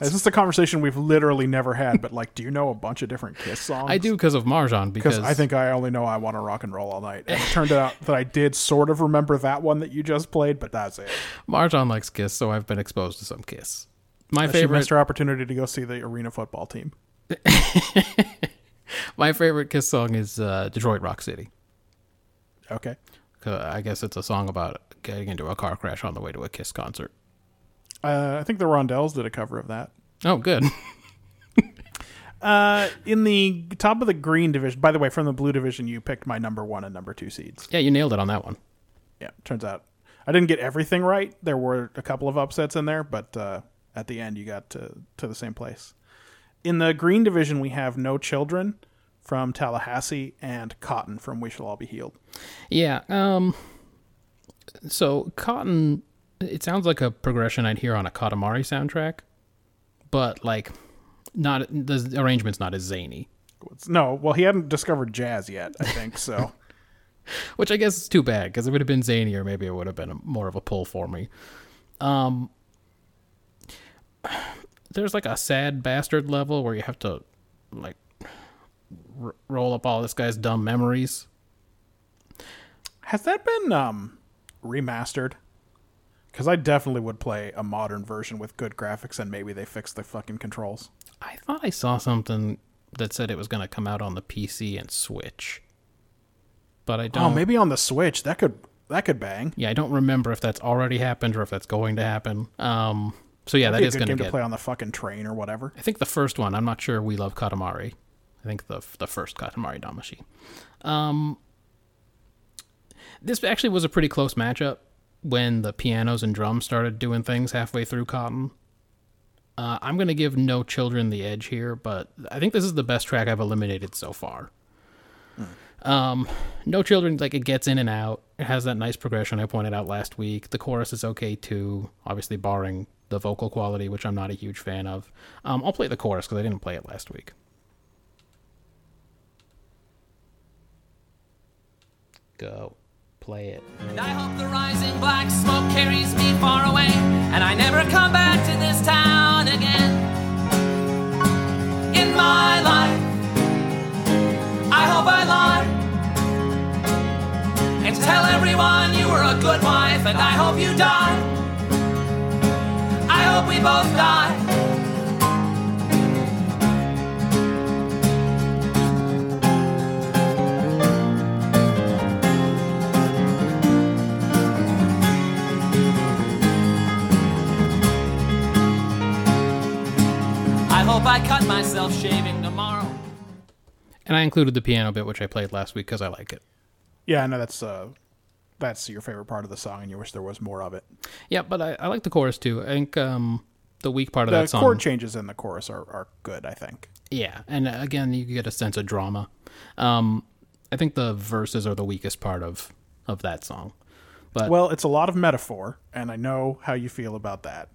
Speaker 2: Is this a conversation we've literally never had? But like, do you know a bunch of different Kiss songs?
Speaker 1: I do because of Marjan because
Speaker 2: because I think I only know I want to rock and roll all night. And it turned out that I did sort of remember that one that you just played, but that's it.
Speaker 1: Marjan likes Kiss, so I've been exposed to some Kiss. My
Speaker 2: She
Speaker 1: favorite
Speaker 2: missed her opportunity to go see the arena football team.
Speaker 1: my favorite Kiss song is uh Detroit Rock City.
Speaker 2: Okay,
Speaker 1: 'Cause I guess it's a song about getting into a car crash on the way to a Kiss concert.
Speaker 2: uh, I think the Rondells did a cover of that.
Speaker 1: Oh, good.
Speaker 2: Uh, in the top of the green division, by the way, from the blue division, you picked my number one and number two seeds.
Speaker 1: yeah, you nailed it on that one.
Speaker 2: Yeah, turns out I didn't get everything right. There were a couple of upsets in there, but uh, at the end, you got to, to the same place. In the green division, we have No Children from Tallahassee and Cotton from We Shall All Be Healed.
Speaker 1: Yeah. Um. So Cotton, it sounds like a progression I'd hear on a Katamari soundtrack, but like, not the arrangement's not as zany.
Speaker 2: No, well, he hadn't discovered jazz yet, I think, so
Speaker 1: which I guess is too bad because it would have been zanier. Maybe it would have been a, more of a pull for me. Um, there's like a sad bastard level where you have to like r- roll up all this guy's dumb memories.
Speaker 2: Has that been um remastered? Because I definitely would play a modern version with good graphics and maybe they fix the fucking controls.
Speaker 1: I thought I saw something that said it was going to come out on the PC and Switch, but I don't.
Speaker 2: Oh, maybe on the Switch that could that could bang.
Speaker 1: Yeah, I don't remember if that's already happened or if that's going to happen. Um, so yeah, that
Speaker 2: Be a
Speaker 1: is
Speaker 2: good
Speaker 1: going
Speaker 2: game
Speaker 1: to
Speaker 2: to
Speaker 1: get.
Speaker 2: play on the fucking train or whatever.
Speaker 1: I think the first one. I'm not sure. We love Katamari. I think the the first Katamari Damacy. Um, this actually was a pretty close matchup when the pianos and drums started doing things halfway through Cotton. Uh, I'm going to give No Children the edge here, but I think this is the best track I've eliminated so far. No Children, like it gets in and out. It has that nice progression I pointed out last week. The chorus is okay too, obviously barring the vocal quality, which I'm not a huge fan of. Um, I'll play the chorus because I didn't play it last week. Go, play it.
Speaker 5: And I hope the rising black smoke carries me far away, and I never come back to this town again. In my life, I hope I lie and tell everyone you were a good wife, and I hope you die. I hope we both die. I hope I cut myself shaving tomorrow.
Speaker 1: And I included the piano bit, which I played last week because I like it.
Speaker 2: Yeah, I know that's uh that's your favorite part of the song and you wish there was more of it.
Speaker 1: Yeah, but I, I like the chorus too. I think um, the weak part of
Speaker 2: The
Speaker 1: that song.
Speaker 2: chord changes in the chorus are, are good, I think.
Speaker 1: Yeah, and uh, again, you get a sense of drama. Um, I think the verses are the weakest part of of that song. But
Speaker 2: Well, it's a lot of metaphor, and I know how you feel about that.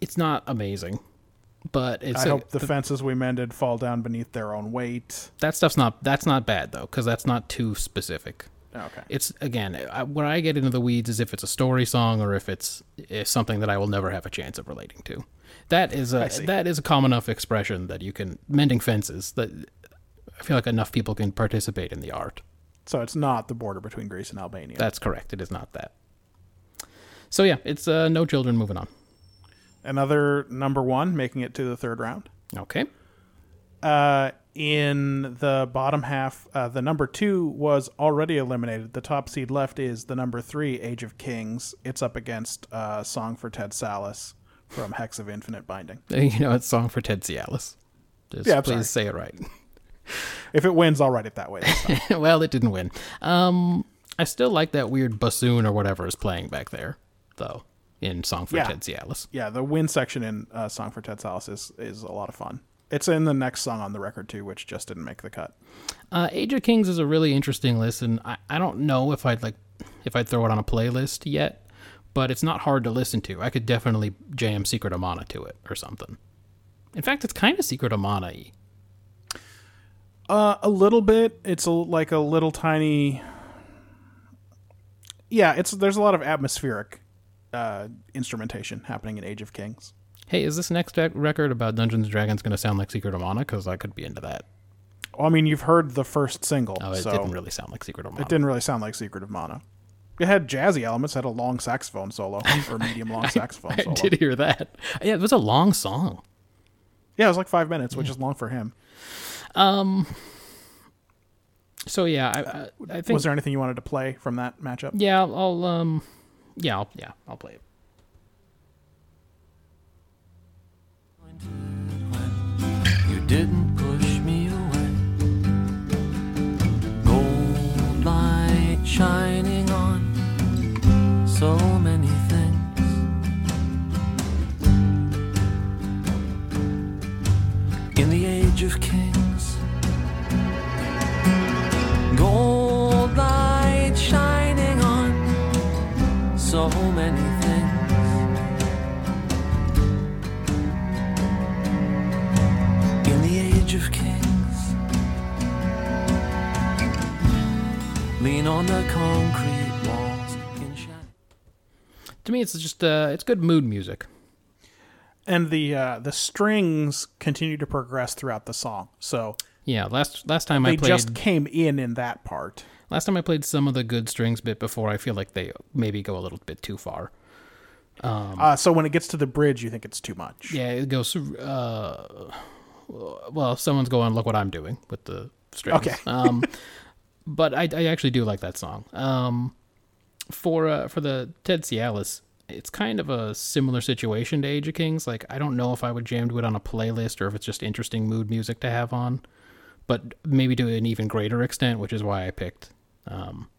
Speaker 1: it's not amazing. But it's
Speaker 2: I
Speaker 1: a-
Speaker 2: hope the fences we mended fall down beneath their own weight.
Speaker 1: that stuff's not that's not bad though, because that's not too specific.
Speaker 2: Okay.
Speaker 1: It's again, I, where I get into the weeds is if it's a story song or if it's is something that I will never have a chance of relating to. That is a
Speaker 2: see.
Speaker 1: that is a common enough expression that you can mending fences. That I feel like enough people can participate in the art.
Speaker 2: So it's not the border between Greece and Albania.
Speaker 1: That's correct. It is not that. So yeah, it's uh, no children. Moving on.
Speaker 2: Another number one, making it to the third round.
Speaker 1: Okay.
Speaker 2: Uh, in the bottom half, uh, the number two was already eliminated. The top seed left is the number three, Age of Kings. It's up against uh, Song for Ted Salas from Hex of Infinite Binding.
Speaker 1: You know it's song for Ted Cialis. Just
Speaker 2: Yeah, I'm sorry.
Speaker 1: please say it right.
Speaker 2: If it wins, I'll write it that way. this time.
Speaker 1: well, it didn't win. Um, I still like that weird bassoon or whatever is playing back there, though. In song for
Speaker 2: Yeah.
Speaker 1: Ted Cialis.
Speaker 2: yeah, the win section in uh, Song for Ted Salas is, is a lot of fun. It's in the next song on the record, too, which just didn't make the cut.
Speaker 1: Uh, Age of Kings is a really interesting listen. I, I don't know if I'd like if I'd throw it on a playlist yet, but it's not hard to listen to. I could definitely jam Secret Amana to it or something. In fact, it's kind of Secret Amana y.
Speaker 2: Uh, a little bit it's a, like a little tiny yeah it's there's a lot of atmospheric uh instrumentation happening in age of kings
Speaker 1: hey, is this next rec- record about Dungeons and Dragons going to sound like Secret of Mana? Because I could be into that.
Speaker 2: well, i mean you've heard the first single
Speaker 1: Oh, it
Speaker 2: so
Speaker 1: didn't really sound like Secret of Mana.
Speaker 2: it didn't really sound like secret of mana it had jazzy elements had a long saxophone solo or medium long saxophone
Speaker 1: I
Speaker 2: solo
Speaker 1: did hear that. Yeah, it was a long song.
Speaker 2: yeah it was like five minutes which is long for him
Speaker 1: Um, So yeah, I, I, I think.
Speaker 2: Uh, was there anything you wanted to play from that matchup
Speaker 1: yeah, I'll, I'll um, yeah, I'll, yeah, I'll play it.
Speaker 6: You didn't push me away. Gold light shining on so many things. In the age of kings, gold light shining on so many things. In the age of kings, on the concrete walls in shadow.
Speaker 1: To me, it's just uh, it's good mood music.
Speaker 2: and the uh, the strings continue to progress throughout the song. So
Speaker 1: Yeah, last last time I
Speaker 2: they
Speaker 1: played
Speaker 2: just came in in that part.
Speaker 1: last time I played some of the good strings bit before. I feel like they maybe go a little bit too far.
Speaker 2: uh, so when it gets to the bridge, you think it's too much.
Speaker 1: Um, Yeah, it goes. Uh, well, someone's going. Look what I'm doing with the strings.
Speaker 2: Okay.
Speaker 1: um, but I, I actually do like that song. Um, for uh, for the Ted Cialis, it's kind of a similar situation to Age of Kings. Like I don't know if I would jam to it on a playlist or if it's just interesting mood music to have on, but maybe to an even greater extent, which is why I picked um,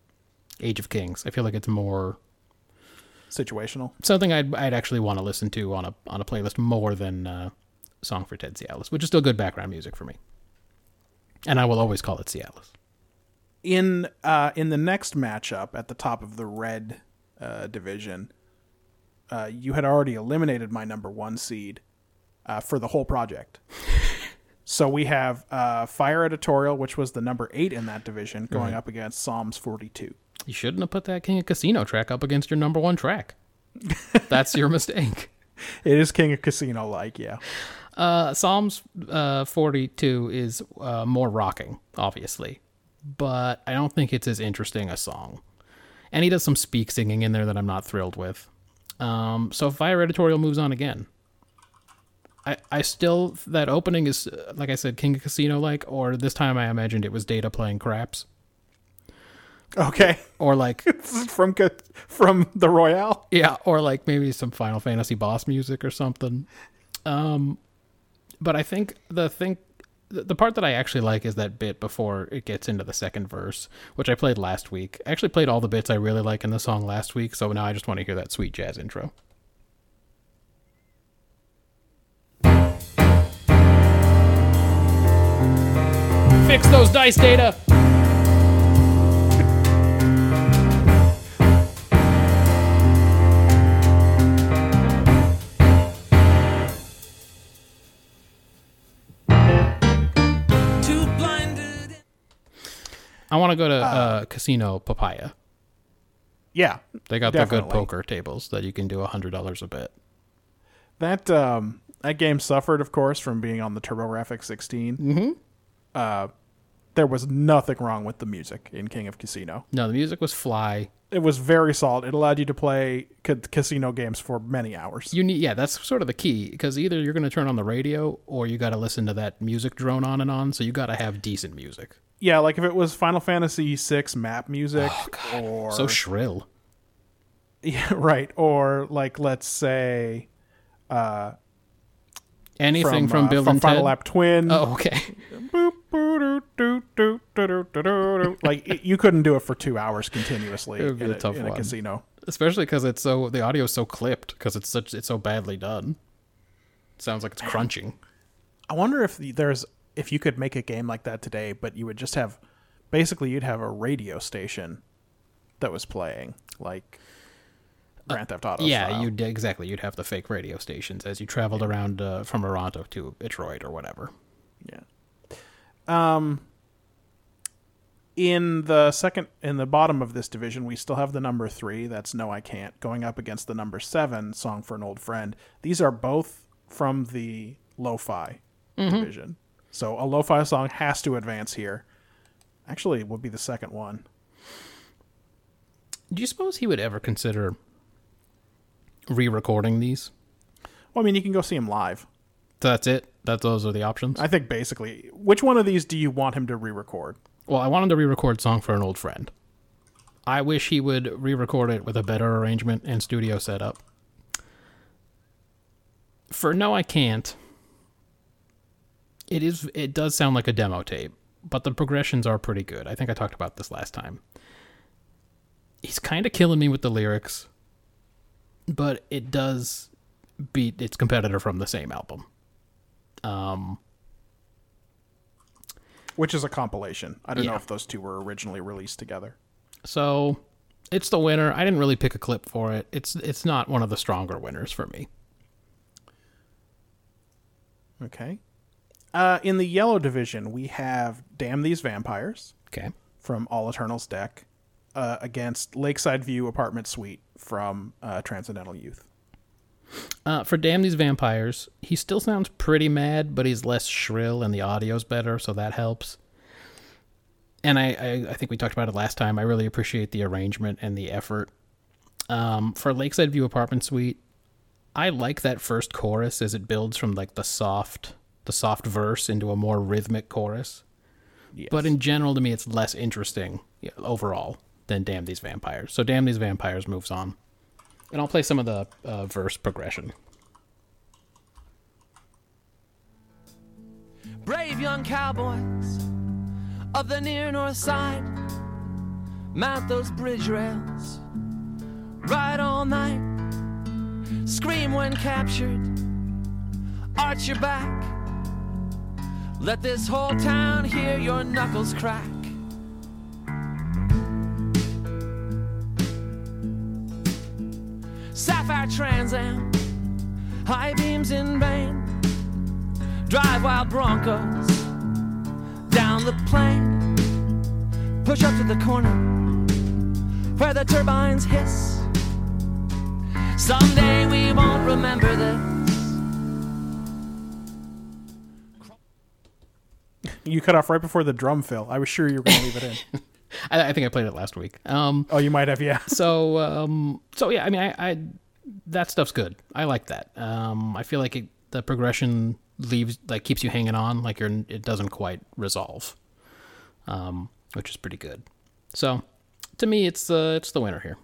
Speaker 1: Age of Kings. I feel like it's more
Speaker 2: Situational.
Speaker 1: something I'd I'd actually want to listen to on a on a playlist more than uh, "Song for Ted Cialis," which is still good background music for me. And I will always call it Cialis.
Speaker 2: In uh, in the next matchup at the top of the red uh, division, uh, you had already eliminated my number one seed uh, for the whole project. so we have uh, Fire Editorial, which was the number eight in that division, going up against Psalms forty two.
Speaker 1: You shouldn't have put that King of Casino track up against your number one track. That's your mistake.
Speaker 2: It is King of Casino like, yeah.
Speaker 1: Uh, Psalms uh, 42 is uh, more rocking, obviously, but I don't think it's as interesting a song. And he does some speak singing in there that I'm not thrilled with. Um, so Fire Editorial moves on again. I, I still, that opening is, uh, like I said, King of Casino like, or this time I imagined it was Data playing craps,
Speaker 2: Okay,
Speaker 1: or like,
Speaker 2: this is from Ca- from the Royale.
Speaker 1: Yeah, or like maybe some Final Fantasy boss music or something. Um, but I think the thing, the the part that I actually like is that bit before it gets into the second verse, which I played last week. I actually played all the bits I really like in the song last week, so now I just want to hear that sweet jazz intro. Fix those dice data.
Speaker 6: Too blinded.
Speaker 1: I want to go to uh, Casino Papaya.
Speaker 2: Yeah,
Speaker 1: They got the good
Speaker 2: definitely.
Speaker 1: poker tables that you can do a hundred dollars a bet.
Speaker 2: That um that game suffered, of course, from being on the TurboGrafx 16. Mm-hmm. Uh, there was nothing wrong with the music in King of Casino.
Speaker 1: No, the music was fly.
Speaker 2: It was very solid. It allowed you to play ca- casino games for many hours.
Speaker 1: You need, yeah, that's sort of the key because either you're going to turn on the radio or you got to listen to that music drone on and on. So you got to have decent music.
Speaker 2: yeah, like if it was Final Fantasy VI map music, or
Speaker 1: Oh, So shrill.
Speaker 2: yeah, right, or like let's say
Speaker 1: Anything
Speaker 2: from,
Speaker 1: from,
Speaker 2: uh,
Speaker 1: Bill
Speaker 2: from
Speaker 1: and
Speaker 2: Final
Speaker 1: Ted.
Speaker 2: Lap Twin,
Speaker 1: Oh, okay.
Speaker 2: Boop, boo, doo, doo, doo, doo, doo, doo, doo. like it, you couldn't do it for two hours continuously
Speaker 1: It would be
Speaker 2: in,
Speaker 1: a tough
Speaker 2: in
Speaker 1: one.
Speaker 2: a casino.
Speaker 1: Especially because it's so the audio is so clipped because it's such it's so badly done. Sounds like it's crunching.
Speaker 2: I wonder if the- there's if you could make a game like that today, but you would just have basically you'd have a radio station that was playing like Grand Theft Auto.
Speaker 1: yeah,
Speaker 2: style.
Speaker 1: you exactly. You'd have the fake radio stations as you traveled around uh, from Toronto to Detroit or whatever.
Speaker 2: Yeah. Um. In the second, in the bottom of this division, we still have the number three. That's no, I can't. Going up against the number seven, song for an old friend. These are both from the lo-fi division, so a lo-fi song has to advance here. Actually, it would be the second one.
Speaker 1: Do you suppose he would ever consider re-recording these?
Speaker 2: Well, I mean, you can go see him live.
Speaker 1: So that's it. That those are the options.
Speaker 2: I think basically, which one of these do you want him to re-record?
Speaker 1: well, I wanted to re-record "Song for an Old Friend." I wish he would re-record it with a better arrangement and studio setup. For "No, I Can't," it is. It does sound like a demo tape, but the progressions are pretty good. I think I talked about this last time. He's kind of killing me with the lyrics, but it does beat its competitor from the same album.
Speaker 2: Which is a compilation. I don't know
Speaker 1: Yeah.
Speaker 2: if those two were originally released together.
Speaker 1: So it's the winner. I didn't really pick a clip for it. It's it's not one of the stronger winners for me.
Speaker 2: Okay. Uh, in the yellow division, we have "Damn These Vampires"
Speaker 1: Okay.
Speaker 2: from All Eternals deck, uh, against Lakeside View Apartment Suite from uh, Transcendental Youth.
Speaker 1: Uh, for Damn These Vampires, he still sounds pretty mad, but he's less shrill and the audio's better, so that helps. And I, I, I think we talked about it last time. I really appreciate the arrangement and the effort. Um, for Lakeside View Apartment Suite, I like that first chorus as it builds from like the soft the soft verse into a more rhythmic chorus. But in general, to me, it's less interesting yeah, overall than Damn These Vampires. So Damn These Vampires moves on. And I'll play some of the uh, verse progression.
Speaker 5: brave young cowboys of the near north side mount those bridge rails ride all night scream when captured arch your back let this whole town hear your knuckles crack sapphire trans am high beams in vain drive wild broncos down the plain push up to the corner where the turbines hiss someday we won't remember this
Speaker 2: You cut off right before the drum fill. I was sure you were going to leave it in.
Speaker 1: I, I think I played it last week. Um,
Speaker 2: Oh, you might have, yeah.
Speaker 1: so um, so yeah, I mean, I, I that stuff's good. I like that. Um, I feel like it, the progression leaves like keeps you hanging on, like you're it doesn't quite resolve, um, which is pretty good. So to me, it's the it's the winner here.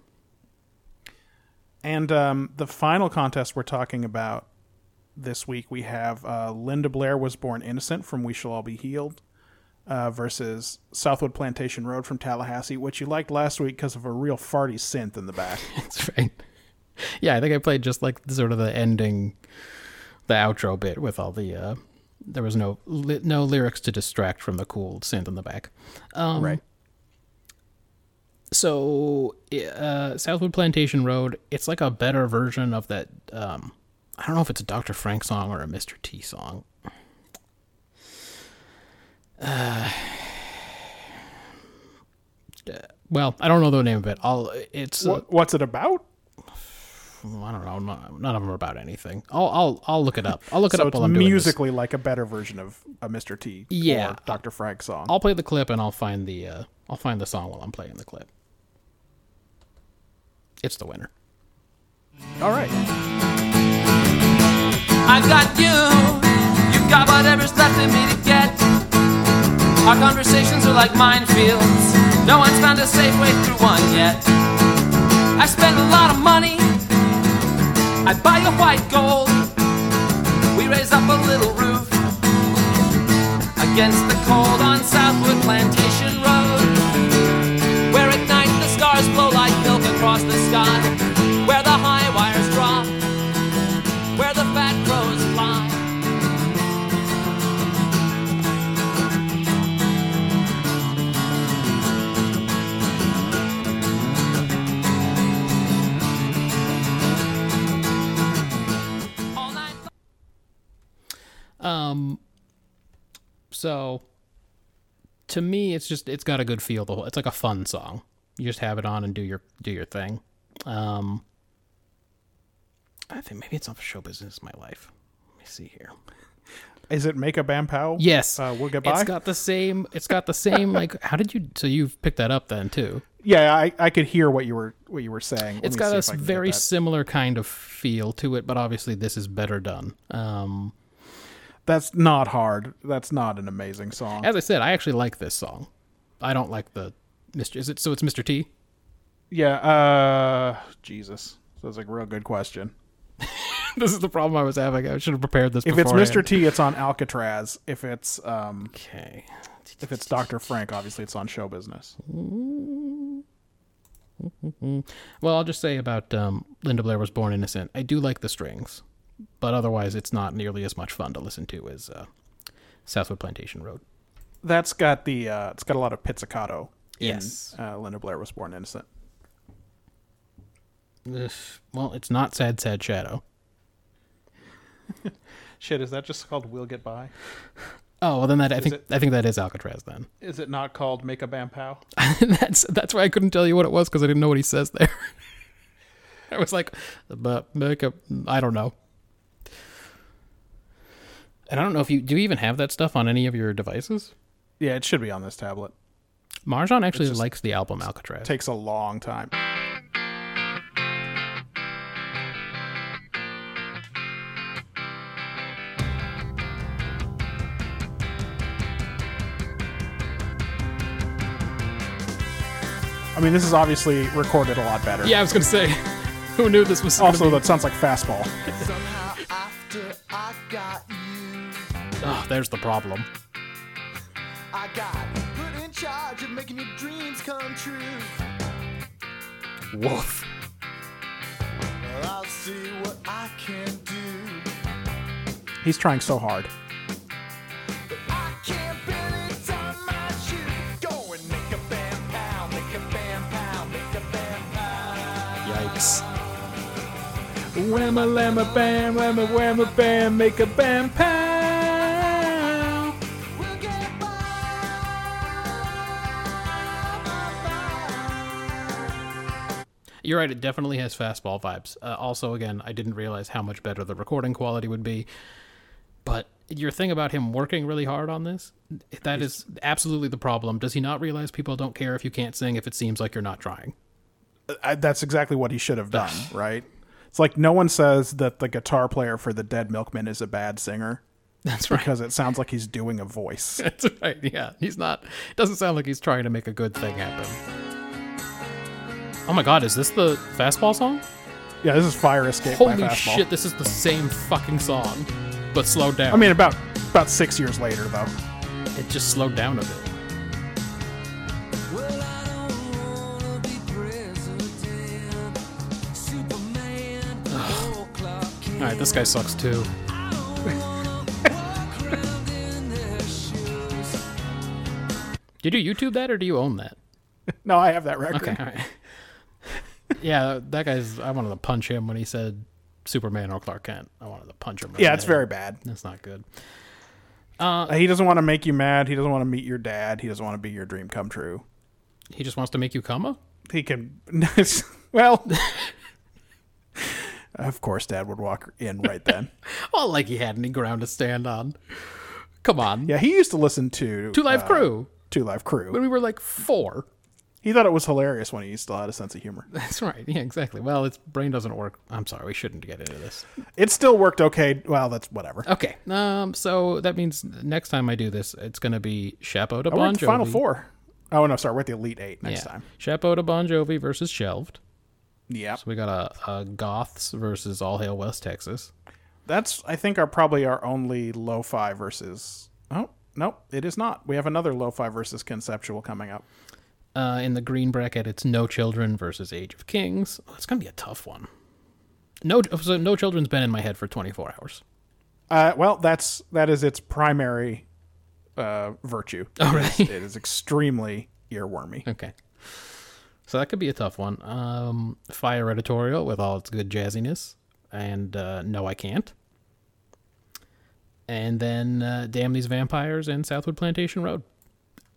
Speaker 2: And um, the final contest we're talking about this week, we have uh, Linda Blair was born innocent from We Shall All Be Healed uh, versus Southwood Plantation Road from Tallahassee, which you liked last week because of a real farty synth in the back.
Speaker 1: That's right. Yeah, I think I played just like sort of the ending, the outro bit with all the. Uh, there was no li- no lyrics to distract from the cool synth in the back. Um,
Speaker 2: Right.
Speaker 1: So uh, Southwood Plantation Road, it's like a better version of that. Um, I don't know if it's a Dr. Frank song or a Mr. T song. Uh, well, I don't know the name of it. I'll. It's uh,
Speaker 2: What, what's it about?
Speaker 1: I don't know. None, none of them are about anything. I'll I'll I'll look it up. I'll look it
Speaker 2: So
Speaker 1: up
Speaker 2: it's
Speaker 1: while I'm doing this.
Speaker 2: musically like a better version of a Mr. T
Speaker 1: Yeah.
Speaker 2: or Dr. Frank song.
Speaker 1: I'll play the clip and I'll find the uh, I'll find the song while I'm playing the clip. It's the winner.
Speaker 2: All right.
Speaker 5: I've got you. You've got whatever's left of me to get. Our conversations are like minefields. No one's found a safe way through one yet. I spend a lot of money. I buy your white gold. We raise up a little roof against the cold on Southwood Plantation Road. Where at night the stars blow like milk across the sky. Where the high wires drop where the fat crows fly. All night
Speaker 1: Um, So to me, it's just it's got a good feel. The whole it's like a fun song. You just have it on and do your do your thing. Um, I think maybe it's off of show business. My life. Let me see here.
Speaker 2: Is it Make a Bam Pow?
Speaker 1: Yes,
Speaker 2: Uh, we'll get by.
Speaker 1: It's got the same. It's got the same. like, how did you? So you've picked that up then too.
Speaker 2: yeah, I, I could hear what you were what you were saying. Let
Speaker 1: it's
Speaker 2: me
Speaker 1: got
Speaker 2: see
Speaker 1: a s-
Speaker 2: if I can get
Speaker 1: very
Speaker 2: that.
Speaker 1: similar kind of feel to it, but obviously this is better done. Um,
Speaker 2: That's not hard. That's not an amazing song.
Speaker 1: as I said, I actually like this song. I don't like the Mr. Is it so? It's Mr. T.
Speaker 2: Yeah, uh Jesus. That's a real good question.
Speaker 1: this is the problem I was having. I should have prepared this.
Speaker 2: If it's
Speaker 1: beforehand.
Speaker 2: Mr. T, it's on Alcatraz. If it's um
Speaker 1: okay,
Speaker 2: if it's Dr. Frank, obviously it's on show business.
Speaker 1: well, I'll just say about um, Linda Blair was born innocent. I do like the strings, but otherwise, it's not nearly as much fun to listen to as uh, Southwood Plantation Road.
Speaker 2: That's got the uh it's got a lot of pizzicato. in,
Speaker 1: Yes.
Speaker 2: uh, Linda Blair was born innocent.
Speaker 1: Ugh. Well, it's not sad, sad shadow.
Speaker 2: Shit, is that just called We'll Get By?
Speaker 1: Oh well, then that I think I think that is Alcatraz. Then
Speaker 2: Is it not called Make a Bam Pow?
Speaker 1: that's that's why I couldn't tell you what it was because I didn't know what he says there. I was like, but make a, I don't know. And I don't know if you do you even have that stuff on any of your devices.
Speaker 2: Yeah, it should be on this tablet.
Speaker 1: Marjan actually likes the album Alcatraz.
Speaker 2: Takes a long time. I mean, this is obviously recorded a lot better.
Speaker 1: yeah, I was gonna say, who knew this was gonna
Speaker 2: Also,
Speaker 1: be-
Speaker 2: that sounds like fastball.
Speaker 6: Somehow after I got you,
Speaker 1: Ah, there's the problem.
Speaker 6: I got put in charge of making your dreams come true.
Speaker 1: Woof.
Speaker 6: Well, I'll see what I can do.
Speaker 2: He's trying so hard.
Speaker 6: I can't feel it on my shoe. Go and make a bam pow, make a bam pow, make a bam pow.
Speaker 1: Yikes.
Speaker 2: Whamma lamma bam, whamma whamma bam, make a bam pow.
Speaker 6: We'll get by,
Speaker 1: You're right. It definitely has fastball vibes. Uh, also, again, I didn't realize how much better the recording quality would be. But your thing about him working really hard on this, that is absolutely the problem. Does he not realize people don't care if you can't sing if it seems like you're not trying?
Speaker 2: I, that's exactly what he should have done, right? It's like no one says that the guitar player for the Dead Milkman is a bad singer
Speaker 1: That's right.
Speaker 2: because it sounds like he's doing a voice.
Speaker 1: That's right. Yeah. He's not, doesn't sound like he's trying to make a good thing happen. Oh my God, is this the fastball song?
Speaker 2: Yeah, this is Fire Escape by
Speaker 1: Holy
Speaker 2: Fastball.
Speaker 1: shit, this is the same fucking song, but slowed down.
Speaker 2: I mean, about about six years later, though.
Speaker 1: it just slowed down a bit.
Speaker 5: Well, I don't wanna be president, Superman, or Clark Kent.
Speaker 1: All right, this guy sucks too.
Speaker 5: I don't wanna walk around in their shoes.
Speaker 1: Did you YouTube that or do you own that?
Speaker 2: No, I have that record.
Speaker 1: Okay, all right. yeah, that guy's. I wanted to punch him when he said Superman or Clark Kent. I wanted to punch him. right in
Speaker 2: Yeah,
Speaker 1: the
Speaker 2: it's
Speaker 1: head.
Speaker 2: very bad.
Speaker 1: That's not good. Uh,
Speaker 2: He doesn't want to make you mad. He doesn't want to meet your dad. He doesn't want to be your dream come true.
Speaker 1: He just wants to make you coma.
Speaker 2: He can. well, of course, dad would walk in right then.
Speaker 1: Oh, like he had any ground to stand on. Come on,
Speaker 2: Yeah, he used to listen to
Speaker 1: Two Live
Speaker 2: uh,
Speaker 1: Crew.
Speaker 2: Two Live Crew.
Speaker 1: When we were like four.
Speaker 2: He thought it was hilarious when he still had a sense of humor.
Speaker 1: That's right. Yeah, exactly. Well, its brain doesn't work. I'm sorry. We shouldn't get into this.
Speaker 2: It still worked okay. Well, that's whatever.
Speaker 1: Okay. Um. So that means next time I do this, it's gonna be Chapeau to
Speaker 2: I
Speaker 1: Bon
Speaker 2: worked the Final
Speaker 1: Jovi.
Speaker 2: Four. Oh no, sorry, we're at the Elite Eight
Speaker 1: Yeah.
Speaker 2: next time.
Speaker 1: Chapeau to Bon Jovi versus Shelved.
Speaker 2: Yeah,
Speaker 1: We got a, a Goths versus All Hail West Texas.
Speaker 2: that's I think our probably our only lo-fi versus. Oh nope, it is not. We have another lo-fi versus conceptual coming up.
Speaker 1: Uh, in the green bracket, it's No Children versus Age of Kings. Oh, it's gonna be a tough one. No, so No Children's been in my head for 24 hours.
Speaker 2: Uh, well, that's that is its primary uh, virtue.
Speaker 1: All right.
Speaker 2: It is extremely earwormy.
Speaker 1: okay. So that could be a tough one. Um, Fire Editorial with all its good jazziness, and uh, No, I can't. And then uh, Damn These Vampires and Southwood Plantation Road.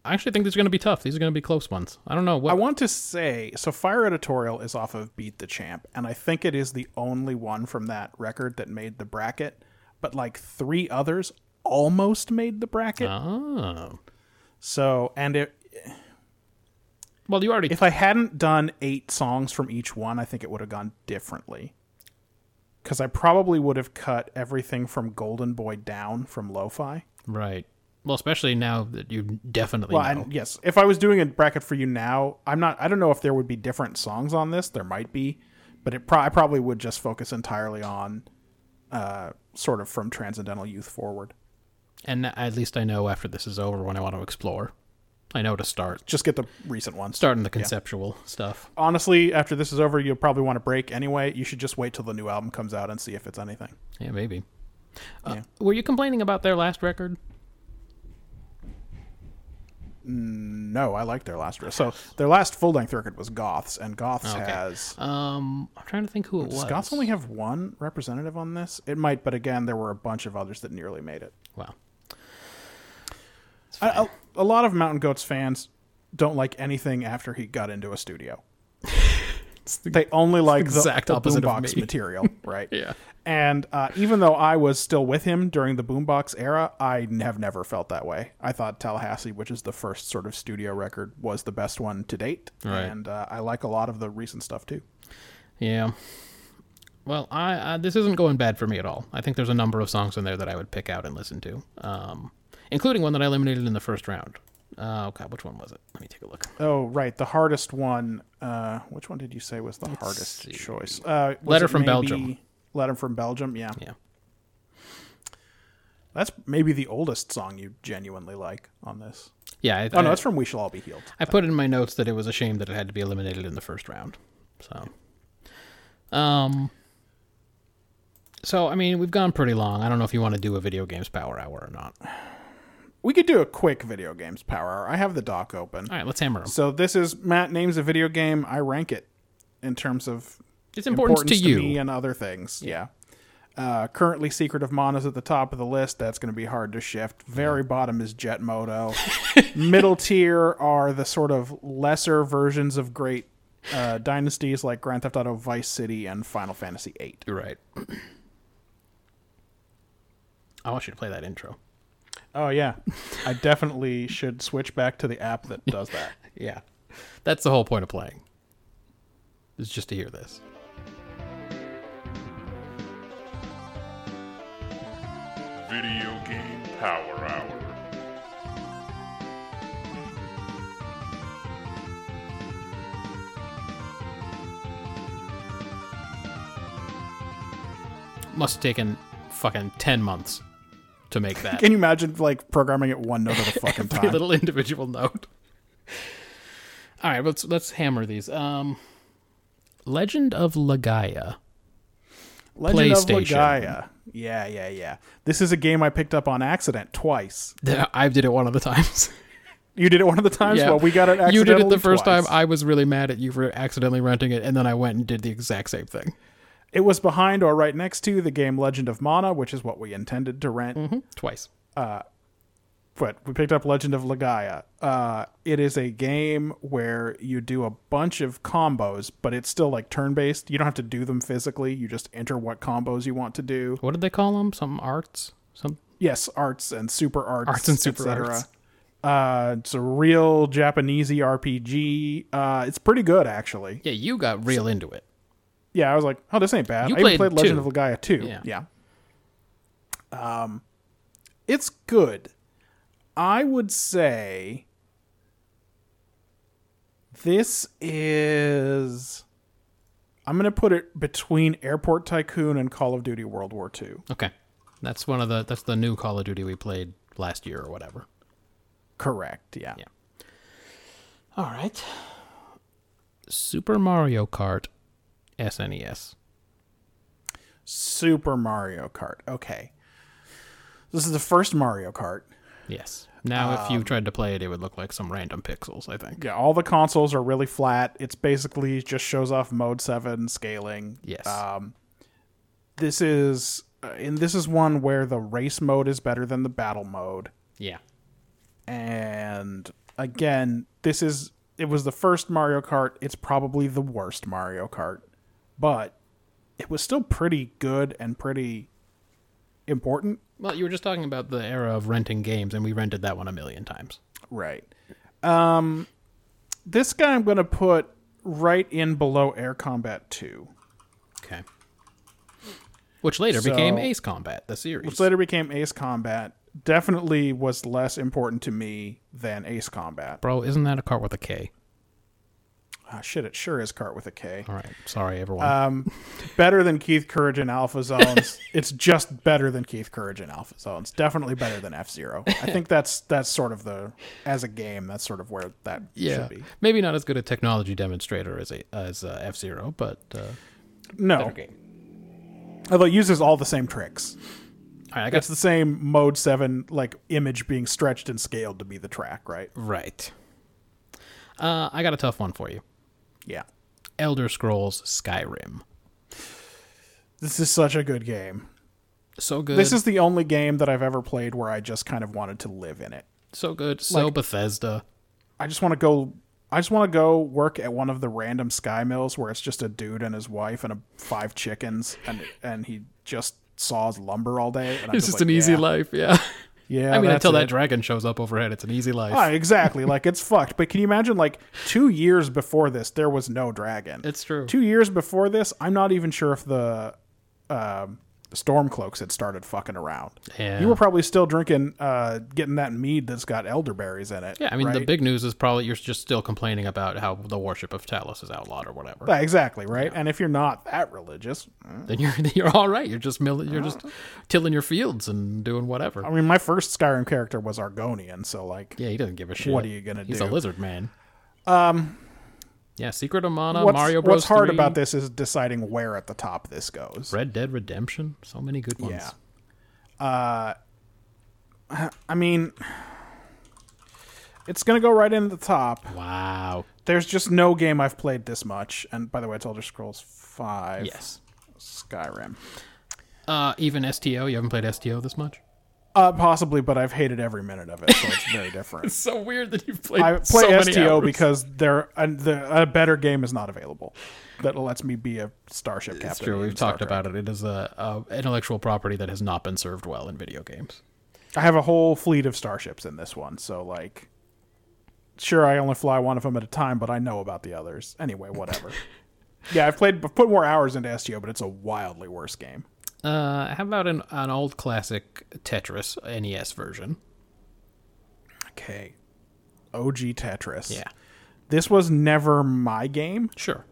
Speaker 1: I actually think these are gonna be tough. These are gonna be close ones. I don't know what.
Speaker 2: I want to say so. Fire Editorial is off of Beat the Champ, and I think it is the only one from that record that made the bracket. But like three others almost made the bracket.
Speaker 1: oh.
Speaker 2: So, and it,
Speaker 1: Well, you already
Speaker 2: if I hadn't done eight songs from each one, I think it would have gone differently. Because I probably would have cut everything from Golden Boy down from Lo-Fi.
Speaker 1: Right. Well, especially now that you definitely
Speaker 2: Well,
Speaker 1: know.
Speaker 2: and yes, if I was doing a bracket for you now, I'm not. I don't know if there would be different songs on this. There might be, but it pro- I probably would just focus entirely on, uh, sort of from Transcendental Youth forward.
Speaker 1: and at least I know after this is over when I want to explore. I know to start.
Speaker 2: Just get the recent ones.
Speaker 1: Starting the conceptual stuff.
Speaker 2: Honestly, after this is over, you'll probably want to break anyway. You should just wait till the new album comes out and see if it's anything.
Speaker 1: Yeah, maybe. Uh,
Speaker 2: Yeah.
Speaker 1: Were you complaining about their last record?
Speaker 2: No, I like their last record. So their last full length record was Goths, and Goths
Speaker 1: Okay.
Speaker 2: has
Speaker 1: Um, I'm trying to think who it was.
Speaker 2: does Goths only have one representative on this. It might, but again, there were a bunch of others that nearly made it.
Speaker 1: Wow. It's
Speaker 2: A, a, a lot of Mountain Goats fans don't like anything after he got into a studio. they only like the,
Speaker 1: exact
Speaker 2: the
Speaker 1: opposite of
Speaker 2: boombox
Speaker 1: me.
Speaker 2: material, right?
Speaker 1: Yeah.
Speaker 2: And uh, even though I was still with him during the boombox era, I n- have never felt that way. I thought Tallahassee, which is the first sort of studio record, was the best one to date,
Speaker 1: Right.
Speaker 2: and uh, I like a lot of the recent stuff too.
Speaker 1: Yeah. Well, I, I this isn't going bad for me at all. I think there's a number of songs in there that I would pick out and listen to, um, including one that I eliminated in the first round. Uh, oh God, which one was it? Let me take a look.
Speaker 2: Oh, right, the hardest one. Uh, which one did you say was the hardest
Speaker 1: see.
Speaker 2: choice? Uh, was
Speaker 1: Letter
Speaker 2: it
Speaker 1: from Belgium.
Speaker 2: Letter from Belgium. Yeah.
Speaker 1: Yeah.
Speaker 2: that's maybe the oldest song you genuinely like on this.
Speaker 1: Yeah. I,
Speaker 2: Oh no,
Speaker 1: I-
Speaker 2: it's from We Shall All Be Healed.
Speaker 1: Uh, I put in my notes that it was a shame that it had to be eliminated in the first round. So, um, so I mean, we've gone pretty long. I don't know if you want to do a video games power hour or not. All
Speaker 2: We could do a quick video games power. hour. I have the doc open.
Speaker 1: right, let's hammer 'em.
Speaker 2: So this is Matt names a video game. I rank it in terms of
Speaker 1: It's importance, to you.
Speaker 2: me and other things. Yeah. Uh, currently, Secret of Mana is at the top of the list. That's going to be hard to shift. Very bottom is Jet Moto. Middle tier are the sort of lesser versions of great uh, dynasties like Grand Theft Auto Vice City and Final Fantasy VIII.
Speaker 1: You're right. I want you to play that intro.
Speaker 2: Oh yeah, I definitely should switch back to the app that does that.
Speaker 1: Yeah. That's the whole point of playing. Is just to hear this.
Speaker 4: Video Game Power Hour.
Speaker 1: Must have taken fucking 10 months to make that
Speaker 2: Can you imagine like programming it one note at a fucking
Speaker 1: Every
Speaker 2: time?
Speaker 1: little individual note. All right, let's let's hammer these. Um Legend of Lagaya.
Speaker 2: Legend
Speaker 1: PlayStation.
Speaker 2: Of Legaia. Yeah, yeah, yeah. This is a game I picked up on accident twice.
Speaker 1: Th- I did it one of the times.
Speaker 2: You did it one of the times. Well, we got it.
Speaker 1: You did it
Speaker 2: accidentally
Speaker 1: the first
Speaker 2: twice.
Speaker 1: time. I was really mad at you for accidentally renting it, and then I went and did the exact same thing.
Speaker 2: It was behind or right next to the game Legend of Mana, which is what we intended to rent.
Speaker 1: Mm-hmm. Twice.
Speaker 2: but we picked up Legend of Legaia. Uh, it is a game where you do a bunch of combos, but it's still like turn based. You don't have to do them physically. You just enter what combos you want to do.
Speaker 1: What did they call them? Some arts? Some
Speaker 2: Yes, arts and super arts,
Speaker 1: Arts and super
Speaker 2: et cetera.
Speaker 1: arts.
Speaker 2: Uh, it's a real Japanese RPG. Uh, it's pretty good actually.
Speaker 1: Yeah, you got real into it.
Speaker 2: Yeah, I was like, oh, this ain't bad.
Speaker 1: You
Speaker 2: I even
Speaker 1: played
Speaker 2: played Legend
Speaker 1: two.
Speaker 2: of Legaia too.
Speaker 1: Yeah.
Speaker 2: Yeah. Um, it's good. I would say this is. I'm gonna put it between Airport Tycoon and Call of Duty World War II.
Speaker 1: Okay. That's one of the that's the new Call of Duty we played last year or whatever.
Speaker 2: Correct. Yeah.
Speaker 1: Yeah. All right. Super Mario Kart E SNES.
Speaker 2: Super Mario Kart. Okay. This is the first Mario Kart.
Speaker 1: Yes. Now if you tried to play it it would look like some random pixels, I think.
Speaker 2: Yeah, all the consoles are really flat. It's basically just shows off mode seven scaling.
Speaker 1: Yes.
Speaker 2: Um, this is uh, and this is one where the race mode is better than the battle mode.
Speaker 1: Yeah.
Speaker 2: And again, this is it was the first Mario Kart. It's probably the worst Mario Kart, but it was still pretty good and pretty important.
Speaker 1: Well, you were just talking about the era of renting games and we rented that one a million times.
Speaker 2: Right. Um, this guy I'm gonna put right in below Air Combat Two.
Speaker 1: Okay. Which later became
Speaker 2: So-
Speaker 1: Ace Combat, the series.
Speaker 2: which later became Ace Combat, definitely was less important to me than Ace Combat.
Speaker 1: Bro, isn't that a cart with a K?
Speaker 2: Ah, shit, it sure is Cart with a K.
Speaker 1: All right. Sorry, everyone.
Speaker 2: Better than Keith Courage and Alpha Zones. it's just better than Keith Courage and Alpha Zones. Definitely better than F Zero. I think that's that's sort of the as a game. That's sort of where that
Speaker 1: yeah.
Speaker 2: should be.
Speaker 1: Maybe not as good a technology demonstrator as a, as uh, F Zero, but uh,
Speaker 2: No,
Speaker 1: better game.
Speaker 2: although it uses all the same tricks.
Speaker 1: All right, I got
Speaker 2: It's the same mode seven like image being stretched and scaled to be the track, right?
Speaker 1: Right. Uh, I got a tough one for you.
Speaker 2: Yeah.
Speaker 1: Elder Scrolls Skyrim.
Speaker 2: This is such a good game.
Speaker 1: So good.
Speaker 2: This is the only game that I've ever played where I just kind of wanted to live in it.
Speaker 1: So good. So Bethesda.
Speaker 2: I just want to go. I just want to go work at one of the random sky mills where it's just a dude and his wife and a, five chickens and and he just saws lumber all day. And I'm
Speaker 1: It's just
Speaker 2: like,
Speaker 1: an easy
Speaker 2: yeah.
Speaker 1: life, yeah.
Speaker 2: Yeah,
Speaker 1: I mean,
Speaker 2: that's
Speaker 1: until
Speaker 2: it.
Speaker 1: that dragon shows up overhead, it's an easy life.
Speaker 2: Ah, exactly. like it's fucked. But can you imagine? Like two years before this, there was no dragon.
Speaker 1: It's true.
Speaker 2: Two years before this, I'm not even sure if the um, stormcloaks had started fucking around.
Speaker 1: Yeah.
Speaker 2: You were probably still drinking, uh, getting that mead that's got elderberries in it.
Speaker 1: yeah, I mean, the
Speaker 2: right?
Speaker 1: big news is probably you're just still complaining about how the worship of Talos is outlawed or whatever.
Speaker 2: Yeah, exactly right. And if you're not that religious,
Speaker 1: Then you're then you're all right. You're just mill- you're just tilling your fields and doing whatever.
Speaker 2: I mean, my first Skyrim character was Argonian, so like,
Speaker 1: Yeah, he doesn't give a shit.
Speaker 2: What are you gonna
Speaker 1: He's
Speaker 2: do?
Speaker 1: a lizard man. Um. Yeah, Secret of Mana,
Speaker 2: what's,
Speaker 1: Mario Bros.
Speaker 2: what's hard
Speaker 1: 3,
Speaker 2: about this is deciding where at the top this goes.
Speaker 1: Red Dead Redemption. So many good ones.
Speaker 2: Yeah. Uh, I mean, it's gonna go right in at the top.
Speaker 1: Wow.
Speaker 2: There's just no game I've played this much. And by the way, it's Elder Scrolls Five.
Speaker 1: Yes.
Speaker 2: Skyrim.
Speaker 1: Uh, even STO. You haven't played STO this much.
Speaker 2: Uh, possibly, but I've hated every minute of it, so it's very different.
Speaker 1: So weird that you've played.
Speaker 2: I play
Speaker 1: so many
Speaker 2: STO
Speaker 1: hours.
Speaker 2: because there a, the, a better game is not available that lets me be a starship captain.
Speaker 1: It's true.
Speaker 2: in
Speaker 1: We've
Speaker 2: Star
Speaker 1: talked
Speaker 2: Trek.
Speaker 1: about it. It is a, a intellectual property that has not been served well in video games.
Speaker 2: I have a whole fleet of starships in this one, so like sure I only fly one of them at a time, but I know about the others. Anyway, whatever. yeah, I've played I've put more hours into STO, but it's a wildly worse game.
Speaker 1: Uh, how about an, an old classic Tetris NES version?
Speaker 2: Okay. OG Tetris.
Speaker 1: Yeah,
Speaker 2: This was never my game,
Speaker 1: sure.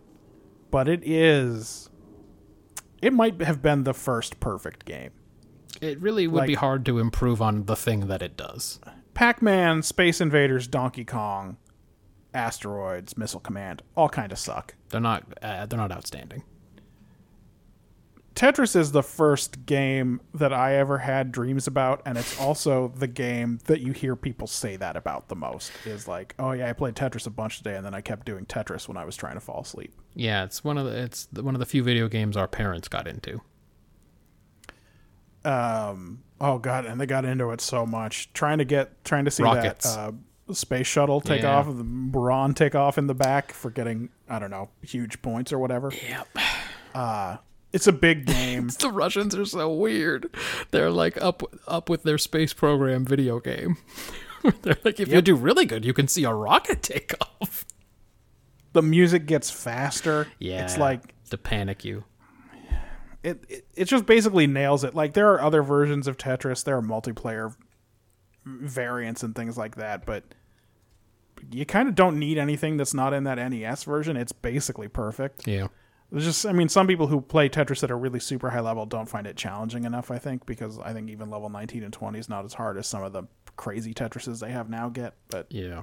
Speaker 2: but it is it might have been the first perfect game.
Speaker 1: It really would
Speaker 2: Like-
Speaker 1: be hard to improve on the thing that it does.
Speaker 2: Pac-Man, Space Invaders, Donkey Kong, Asteroids, Missile Command, all kind of suck.
Speaker 1: They're not. Uh, they're not outstanding.
Speaker 2: Tetris is the first game that I ever had dreams about, and it's also the game that you hear people say that about the most. Is like, oh yeah, I played Tetris a bunch today, and then I kept doing Tetris when I was trying to fall asleep.
Speaker 1: Yeah, it's one of the. It's the- one of the few video games our parents got into.
Speaker 2: Oh god, and they got into it so much. Trying to get, trying to see
Speaker 1: Rockets.
Speaker 2: that uh, space shuttle take
Speaker 1: Yeah.
Speaker 2: off, the Braun take off in the back for getting, I don't know, huge points or whatever. Uh,
Speaker 1: Yep.
Speaker 2: It's a big game.
Speaker 1: The Russians are so weird. They're like up up with their space program video game. they're like, if you do really good, you can see a rocket take off.
Speaker 2: the music gets faster.
Speaker 1: Yeah,
Speaker 2: it's like
Speaker 1: to panic you.
Speaker 2: it, it it just basically nails it. Like there are other versions of Tetris, there are multiplayer variants and things like that, but you kind of don't need anything that's not in that NES version. It's basically perfect.
Speaker 1: Yeah.
Speaker 2: There's just I mean, some people who play Tetris that are really super high level don't find it challenging enough, I think, because I think even level 19 and 20 is not as hard as some of the crazy Tetrises they have now get, but
Speaker 1: Yeah.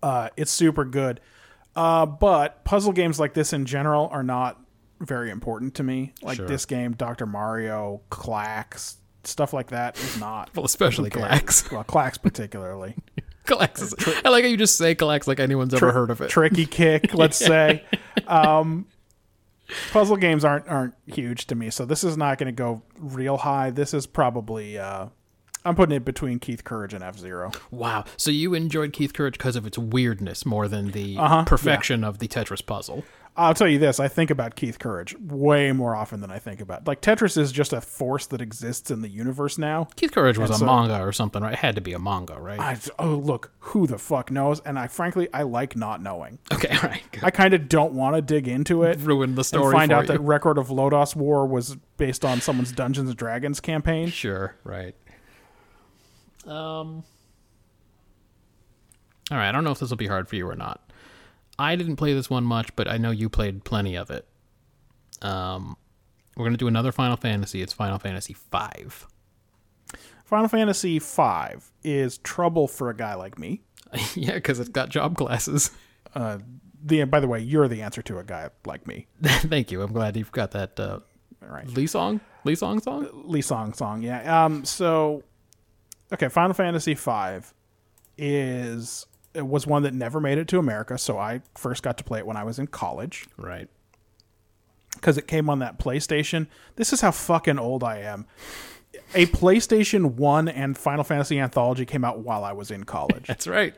Speaker 2: uh, it's super good. Uh, but puzzle games like this in general are not very important to me. Like
Speaker 1: Sure.
Speaker 2: this game, Dr. Mario, Clax, stuff like that is not.
Speaker 1: Well, especially
Speaker 2: Who cares?
Speaker 1: Clax.
Speaker 2: Well, Clax particularly.
Speaker 1: Galax is, I like how you just say Galax like anyone's ever heard of it.
Speaker 2: Tricky Kick, let's say. Um, puzzle games aren't aren't huge to me, so this is not going to go real high. This is probably uh, I'm putting it between Keith Courage and F Zero.
Speaker 1: Wow. So you enjoyed Keith Courage because of its weirdness more than the
Speaker 2: Uh-huh.
Speaker 1: perfection of the Tetris puzzle.
Speaker 2: I'll tell you this: I think about Keith Courage way more often than I think about. Like Tetris is just a force that exists in the universe now.
Speaker 1: Keith Courage was
Speaker 2: And
Speaker 1: a
Speaker 2: so-
Speaker 1: manga or something, right? It had to be a manga, right?
Speaker 2: I, oh, look, who the fuck knows? And I frankly, I like not knowing.
Speaker 1: okay, all right. Good.
Speaker 2: I kind of don't want to dig into it.
Speaker 1: Ruin the
Speaker 2: and
Speaker 1: story
Speaker 2: find
Speaker 1: for
Speaker 2: out
Speaker 1: you.
Speaker 2: that Record of Lodos War was based on someone's Dungeons and Dragons campaign.
Speaker 1: Sure, right. Um. All right, I don't know if this will be hard for you or not. I didn't play this one much, but I know you played plenty of it. Um, we're gonna do another Final Fantasy. It's Final Fantasy V.
Speaker 2: Final Fantasy V is trouble for a guy like me.
Speaker 1: yeah, because it's got job classes.
Speaker 2: The by the way, you're the answer to a guy like me.
Speaker 1: Thank you. I'm glad you've got that. Uh,
Speaker 2: All right.
Speaker 1: Lee song, Lee song song.
Speaker 2: Lee Song song, yeah. Um, so okay, Final Fantasy V is it was one that never made it to America, so I first got to play it when I was in college
Speaker 1: Right.
Speaker 2: because it came on that PlayStation. This is how fucking old I am. a PlayStation 1 and Final Fantasy Anthology came out while I was in college.
Speaker 1: That's right.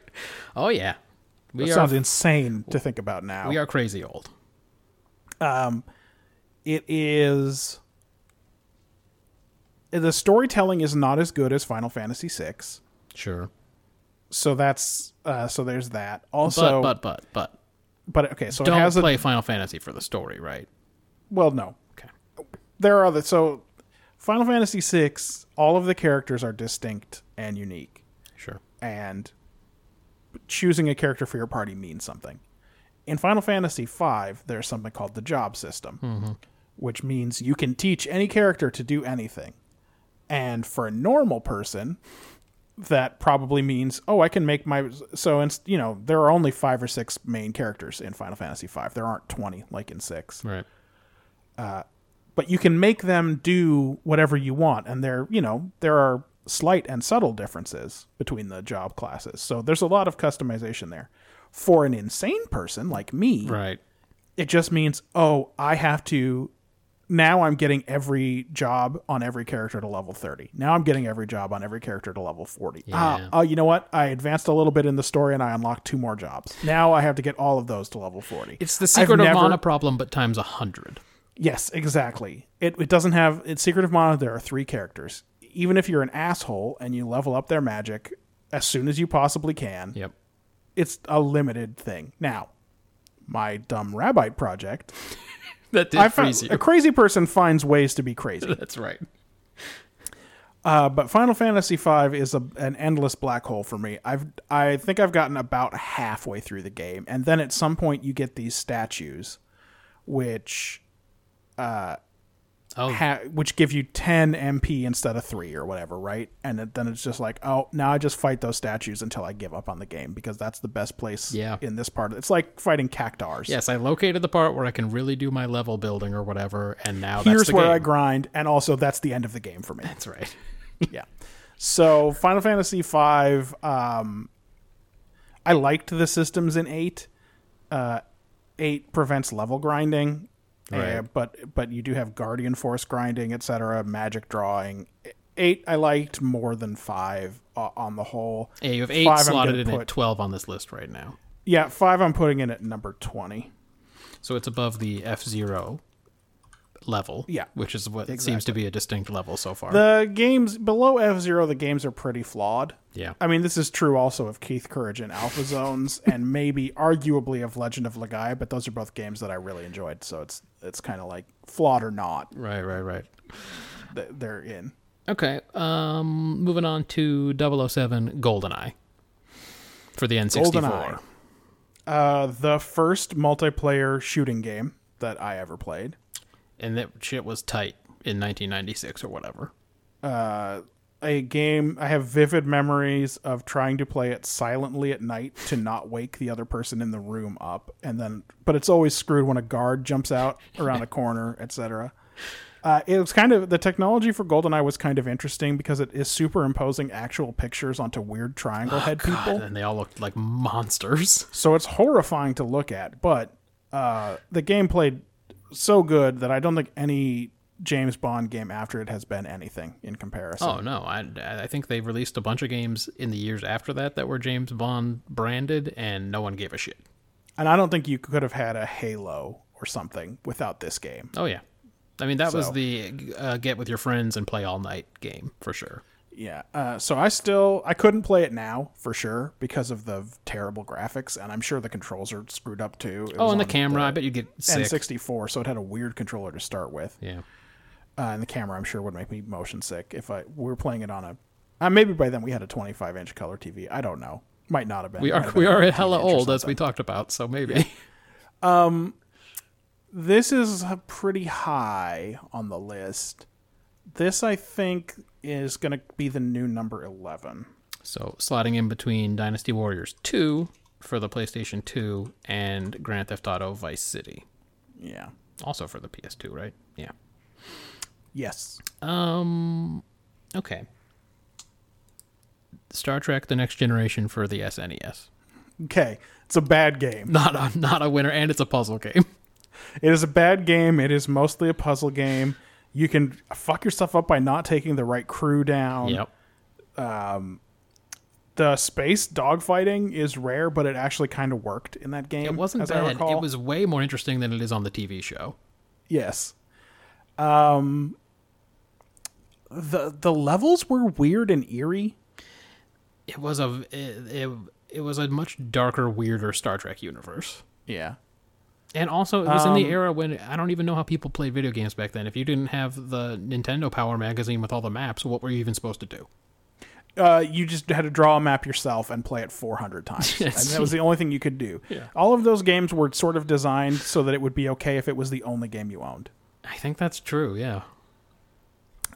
Speaker 1: Oh yeah, we
Speaker 2: That
Speaker 1: are
Speaker 2: sounds insane to think about now.
Speaker 1: we are crazy old.
Speaker 2: It is. The storytelling is not as good as Final Fantasy VI,
Speaker 1: Sure,
Speaker 2: so that's uh, so there's that.
Speaker 1: but
Speaker 2: Also,
Speaker 1: but but but
Speaker 2: but okay, so it
Speaker 1: don't
Speaker 2: has a
Speaker 1: play Final Fantasy for the story, right?
Speaker 2: Well, no.
Speaker 1: Okay.
Speaker 2: There are other. So, Final Fantasy VI, all of the characters are distinct and unique,
Speaker 1: Sure.
Speaker 2: and choosing a character for your party means something. In Final Fantasy V, there's something called the job system, which means you can teach any character to do anything. And for a normal person, that probably means, oh, I can make my. So, in, you know, there are only five or six main characters in Final Fantasy V. There aren't 20 like in 6
Speaker 1: Right.
Speaker 2: but you can make them do whatever you want and there you know there are slight and subtle differences between the job classes so there's a lot of customization there for an insane person like me
Speaker 1: Right.
Speaker 2: it just means oh i have to now i'm getting every job on every character to level 30 now i'm getting every job on every character to level 40 ah, oh you know what i advanced a little bit in the story and i unlocked two more jobs now i have to get all of those to level 40
Speaker 1: It's the
Speaker 2: I've
Speaker 1: secret of
Speaker 2: never-
Speaker 1: mana problem, but times a hundred.
Speaker 2: Yes, exactly. It, it doesn't have it's Secret of Mana. There are three characters. Even if you're an asshole and you level up their magic as soon as you possibly can,
Speaker 1: Yep.
Speaker 2: it's a limited thing. Now, my dumb rabbite project,
Speaker 1: That did
Speaker 2: I
Speaker 1: freeze
Speaker 2: found,
Speaker 1: you.
Speaker 2: a crazy person finds ways to be crazy.
Speaker 1: That's right.
Speaker 2: Uh, but Final Fantasy V is a, an endless black hole for me. I've I think I've gotten about halfway through the game, and then at some point you get these statues, which
Speaker 1: Oh,
Speaker 2: ha- which give you 10 MP instead of 3 or whatever, right? And it, then it's just like, oh, now I just fight those statues until I give up on the game because that's the best place
Speaker 1: Yeah.
Speaker 2: in this part. It's like fighting cactars.
Speaker 1: yes. I located the part where I can really do my level building or whatever, and now that's
Speaker 2: Here's
Speaker 1: the
Speaker 2: where I
Speaker 1: game.
Speaker 2: grind, and also that's the end of the game for me.
Speaker 1: That's right.
Speaker 2: yeah. So Final Fantasy V, um, I liked the systems in eight. Uh, eight prevents level grinding, uh,
Speaker 1: Right.
Speaker 2: but but you do have Guardian Force grinding, etc. Magic drawing. Eight I liked more than five uh, on the whole.
Speaker 1: Yeah, you have 8
Speaker 2: Five I'm
Speaker 1: slotted
Speaker 2: gonna
Speaker 1: in at
Speaker 2: put-
Speaker 1: twelve on this list right now,
Speaker 2: Yeah, five I'm putting in at number twenty.
Speaker 1: so it's above the F zero level.
Speaker 2: Yeah.
Speaker 1: which is what seems to be a distinct level so far.
Speaker 2: The games below F Zero, the games are pretty flawed.
Speaker 1: Yeah.
Speaker 2: I mean, this is true also of Keith Courage and Alpha Zones, and maybe arguably of Legend of Legaia, but those are both games that I really enjoyed. So it's it's kind of like flawed or not,
Speaker 1: right, right, right.
Speaker 2: th- they're in.
Speaker 1: Okay. Um, moving on to 007 GoldenEye for the N64.
Speaker 2: GoldenEye. Uh, the first multiplayer shooting game that I ever played.
Speaker 1: And that shit was tight in 1996 or whatever.
Speaker 2: A game I have vivid memories of trying to play it silently at night to not wake the other person in the room up, and then but it's always screwed when a guard jumps out around a corner, etc. Uh, it was kind of the technology for GoldenEye was kind of interesting because it is superimposing actual pictures onto weird triangle head people.
Speaker 1: And they all looked like monsters.
Speaker 2: So it's horrifying to look at, but uh, the game played so good that I don't think any James Bond game after it has been anything in comparison.
Speaker 1: Oh no, I I think they released a bunch of games in the years after that that were James Bond branded, and no one gave a shit.
Speaker 2: And I don't think you could have had a Halo or something without this game.
Speaker 1: Oh yeah, I mean that was
Speaker 2: So-
Speaker 1: the uh, get with your friends and play all night game for sure.
Speaker 2: Yeah. Uh, so I still I couldn't play it now for sure because of the terrible graphics, and I'm sure the controls are screwed up too. It
Speaker 1: Oh,
Speaker 2: was
Speaker 1: and the
Speaker 2: on
Speaker 1: camera, I bet you get sick.
Speaker 2: N64, so it had a weird controller to start with.
Speaker 1: Yeah,
Speaker 2: uh, and the camera I'm sure would make me motion sick if I we were playing it on a uh, maybe by then we had a 25 inch color TV. I don't know. Might not have been.
Speaker 1: we
Speaker 2: Might
Speaker 1: are
Speaker 2: have been
Speaker 1: we are
Speaker 2: 13
Speaker 1: hella
Speaker 2: inch or
Speaker 1: old as we
Speaker 2: something.
Speaker 1: talked about, so maybe.
Speaker 2: This is uh, pretty high on the list. This I think is going to be the new number 11.
Speaker 1: So sliding in between Dynasty Warriors 2 for the PlayStation 2 and Grand Theft Auto Vice City,
Speaker 2: Yeah.
Speaker 1: also for the PS2, right? Yeah.
Speaker 2: Yes.
Speaker 1: Okay. Star Trek: The Next Generation for the SNES.
Speaker 2: Okay. It's a bad game.
Speaker 1: Not a not a winner, and it's a puzzle game.
Speaker 2: It is a bad game. It is mostly a puzzle game. You can fuck yourself up by not taking the right crew down.
Speaker 1: Yep.
Speaker 2: The space dogfighting is rare, but it actually kind of worked in that game.
Speaker 1: It wasn't
Speaker 2: as I
Speaker 1: bad.
Speaker 2: recall.
Speaker 1: It was way more interesting than it is on the TV show.
Speaker 2: Yes. Um the the levels were weird and eerie.
Speaker 1: It was a it, it, it was a much darker, weirder Star Trek universe.
Speaker 2: Yeah.
Speaker 1: And also, it was in the era when I don't even know how people played video games back then. If you didn't have the Nintendo Power magazine with all the maps, what were you even supposed to do?
Speaker 2: Uh you just had to draw a map yourself and play it 400 times.
Speaker 1: Yes.
Speaker 2: And that was the only thing you could do. All of those games were sort of designed so that it would be okay if it was the only game you owned.
Speaker 1: I think that's true. Yeah.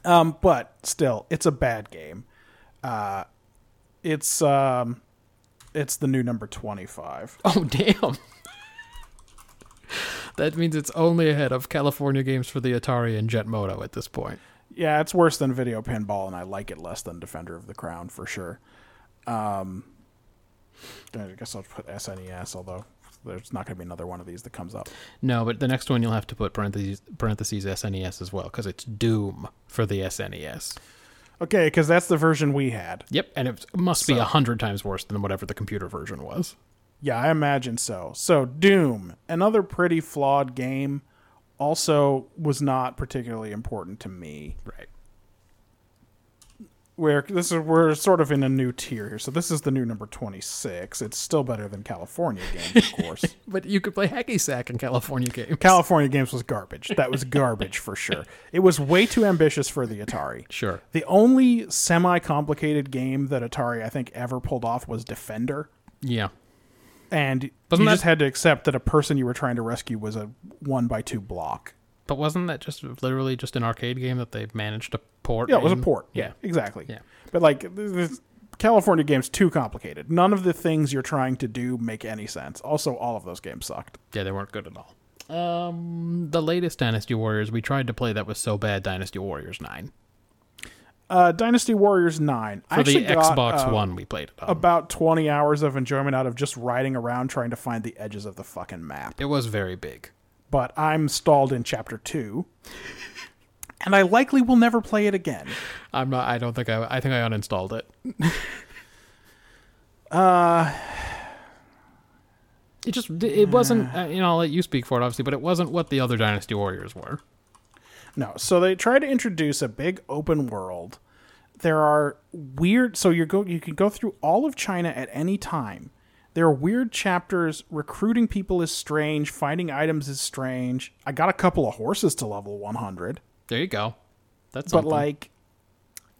Speaker 2: Um, but still, it's a bad game. Uh, it's um, it's the new number twenty five.
Speaker 1: Oh damn. that means it's only ahead of California games for the Atari and Jet Moto at this point.
Speaker 2: Yeah, it's worse than video pinball, and I like it less than Defender of the Crown for sure. Um, I guess I'll put SNES, although there's not going to be another one of these that comes up.
Speaker 1: No, but the next one you'll have to put parentheses parentheses SNES as well because it's Doom for the E SNES.
Speaker 2: Okay, because that's the version we had.
Speaker 1: Yep, and it must be a hundred times worse than whatever the computer version was.
Speaker 2: Yeah, I imagine so. So, Doom, another pretty flawed game, also was not particularly important to me.
Speaker 1: Right.
Speaker 2: we're this is we're sort of in a new tier here. So this is the new number twenty six. It's still better than California games, of course.
Speaker 1: But you could play hacky sack in California games.
Speaker 2: California games was garbage. That was garbage for sure. It was way too ambitious for the Atari.
Speaker 1: Sure.
Speaker 2: The only semi complicated game that Atari I think ever pulled off was Defender.
Speaker 1: yeah.
Speaker 2: And
Speaker 1: Wasn't
Speaker 2: you
Speaker 1: that-
Speaker 2: just had to accept that a person you were trying to rescue was a one by two block.
Speaker 1: But wasn't that just literally just an arcade game that they managed to port?
Speaker 2: Yeah, it was a
Speaker 1: in?
Speaker 2: port. Yeah,
Speaker 1: Yeah.
Speaker 2: exactly.
Speaker 1: Yeah.
Speaker 2: But like th- this California game's too complicated. None of the things you're trying to do make any sense. Also, all of those games sucked.
Speaker 1: Yeah, they weren't good at all. Um, the latest Dynasty Warriors we tried to play that was so bad. Dynasty Warriors Nine
Speaker 2: Uh, Dynasty Warriors Nine. I
Speaker 1: for the
Speaker 2: actually got,
Speaker 1: Xbox
Speaker 2: uh,
Speaker 1: One we played it on.
Speaker 2: About twenty hours of enjoyment out of just riding around trying to find the edges of the fucking map.
Speaker 1: it was very big.
Speaker 2: But I'm stalled in chapter two, and I likely will never play it again.
Speaker 1: I'm not. I don't think I. I think I uninstalled it. uh,
Speaker 2: Uh,
Speaker 1: it just it wasn't. Uh, you know, I'll let you speak for it, obviously, but it wasn't what the other Dynasty Warriors were.
Speaker 2: No. So they try to introduce a big open world. There are weird so you go you can go through all of China at any time. There are weird chapters. Recruiting people is strange. Finding items is strange. I got a couple of horses to level 100,
Speaker 1: There you go. That's
Speaker 2: but
Speaker 1: something.
Speaker 2: like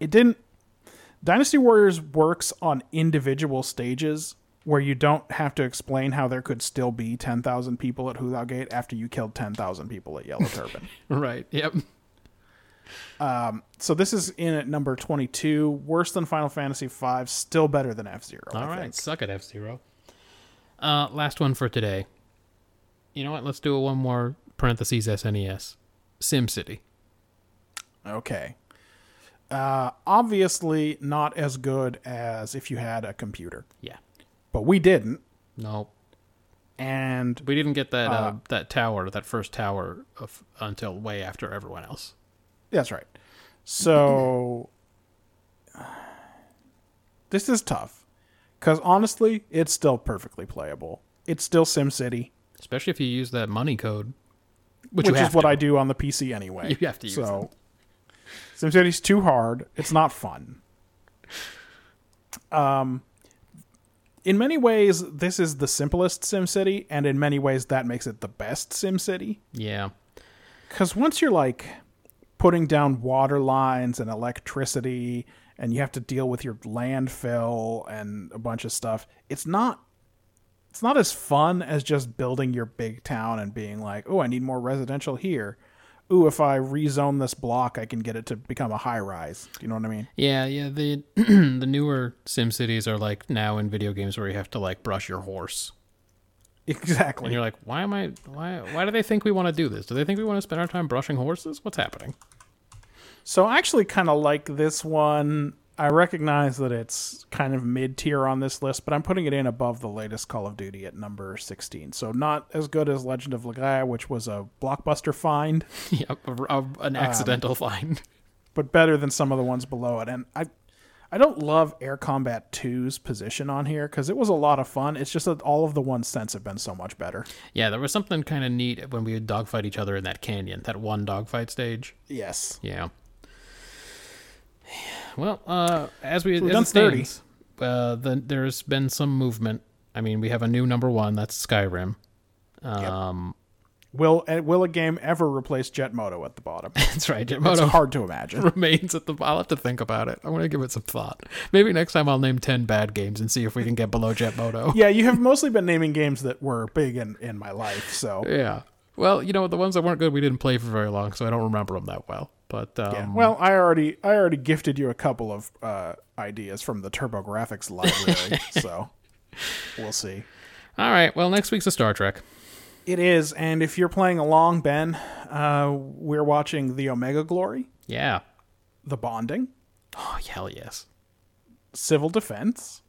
Speaker 2: it didn't Dynasty Warriors works on individual stages where you don't have to explain how there could still be 10,000 people at Hulao Gate after you killed 10,000 people at Yellow Turban.
Speaker 1: right. Yep.
Speaker 2: So this is in at number twenty-two. Worse than Final Fantasy V, still better than F Zero.
Speaker 1: All right, suck it, F Zero. Uh, last one for today. You know what? Let's do a one more parentheses SNES SimCity.
Speaker 2: Okay. Uh, obviously not as good as if you had a computer,
Speaker 1: Yeah.
Speaker 2: but we didn't,
Speaker 1: No,
Speaker 2: and
Speaker 1: we didn't get that uh, that tower, that first tower, of, until way after everyone else.
Speaker 2: that's right. So this is tough because honestly, it's still perfectly playable. It's still SimCity,
Speaker 1: Especially if you use that money code,
Speaker 2: which,
Speaker 1: you
Speaker 2: is
Speaker 1: have
Speaker 2: what
Speaker 1: to.
Speaker 2: I do on the PC anyway.
Speaker 1: You have to use
Speaker 2: so. SimCity's too hard. It's not fun. Um, in many ways, this is the simplest SimCity, and in many ways, that makes it the best SimCity.
Speaker 1: Yeah.
Speaker 2: Because once you're like putting down water lines and electricity, and you have to deal with your landfill and a bunch of stuff, it's not. It's not as fun as just building your big town and being like, "Oh, I need more residential here." Ooh, if I rezone this block, I can get it to become a high rise. Do you know what I mean?
Speaker 1: Yeah, yeah. The the newer Sim cities are like now in video games where you have to like brush your horse.
Speaker 2: Exactly.
Speaker 1: And you're like, why am I why why do they think we want to do this? Do they think we want to spend our time brushing horses? What's happening?
Speaker 2: So I actually kind of like this one. I recognize that it's kind of mid tier on this list, but I'm putting it in above the latest Call of Duty at number 16. So not as good as Legend of Legaia, which was a blockbuster find,
Speaker 1: yeah, a- a-
Speaker 2: Um,
Speaker 1: an accidental find.
Speaker 2: but better than some of the ones below it. And I I don't love Air Combat 2's position on here because it was a lot of fun. It's just that all of the ones since have been so much better.
Speaker 1: Yeah, there was something kind of neat when we would dogfight each other in that canyon, that one dogfight stage.
Speaker 2: Yes.
Speaker 1: Yeah. Well, uh, as we as
Speaker 2: done
Speaker 1: it
Speaker 2: 30.
Speaker 1: stands, uh, the, there's been some movement. I mean, we have a new number one. That's Skyrim.
Speaker 2: Will uh, will a game ever replace Jet Moto at the bottom?
Speaker 1: That's right.
Speaker 2: It's
Speaker 1: Moto
Speaker 2: hard to imagine.
Speaker 1: remains at the. I'll have to think about it. I'm gonna give it some thought. Maybe next time I'll name ten bad games and see if we can get below Jet Moto.
Speaker 2: Yeah, you have mostly been naming games that were big in, in my life, so
Speaker 1: Yeah. Well, you know the ones that weren't good we didn't play for very long, so I don't remember them that well. But um,
Speaker 2: Yeah. Well, I already I already gifted you a couple of uh, ideas from the TurboGrafx library, so we'll see.
Speaker 1: all right. Well, next week's a Star Trek.
Speaker 2: It is, and if you're playing along, Ben, uh, we're watching The Omega Glory,
Speaker 1: Yeah.
Speaker 2: The Bonding,
Speaker 1: Oh hell yes.
Speaker 2: Civil Defense,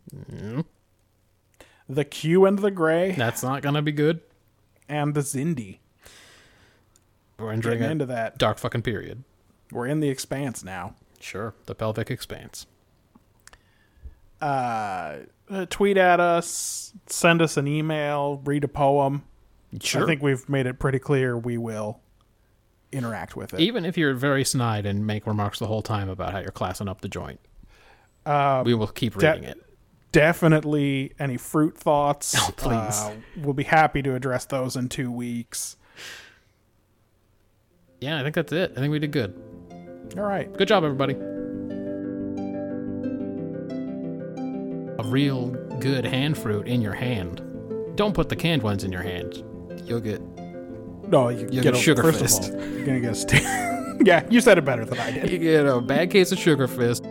Speaker 2: The Q and the Gray,
Speaker 1: That's not gonna be good.
Speaker 2: and The Zindi.
Speaker 1: We're
Speaker 2: We're
Speaker 1: entering
Speaker 2: Getting
Speaker 1: a
Speaker 2: into that,
Speaker 1: dark fucking period.
Speaker 2: we're in the Expanse now.
Speaker 1: Sure. The pelvic expanse.
Speaker 2: Uh, tweet at us, send us an email, read a poem.
Speaker 1: Sure.
Speaker 2: I think we've made it pretty clear we will interact with it.
Speaker 1: even if you're very snide and make remarks the whole time about how you're classing up the joint, we will keep
Speaker 2: de-
Speaker 1: reading it.
Speaker 2: definitely any fruit thoughts. uh,
Speaker 1: Oh, please.
Speaker 2: we'll be happy to address those in two weeks.
Speaker 1: Yeah, I think that's it. I think we did good.
Speaker 2: All right.
Speaker 1: Good job, everybody. A real good hand fruit in your hand. Don't put the canned ones in your hand. You'll get.
Speaker 2: No, you
Speaker 1: You'll
Speaker 2: get
Speaker 1: get
Speaker 2: a
Speaker 1: sugar
Speaker 2: first
Speaker 1: fist.
Speaker 2: Of all, you're gonna get a st- yeah, you said it better than I did.
Speaker 1: You get a bad case of sugar fist.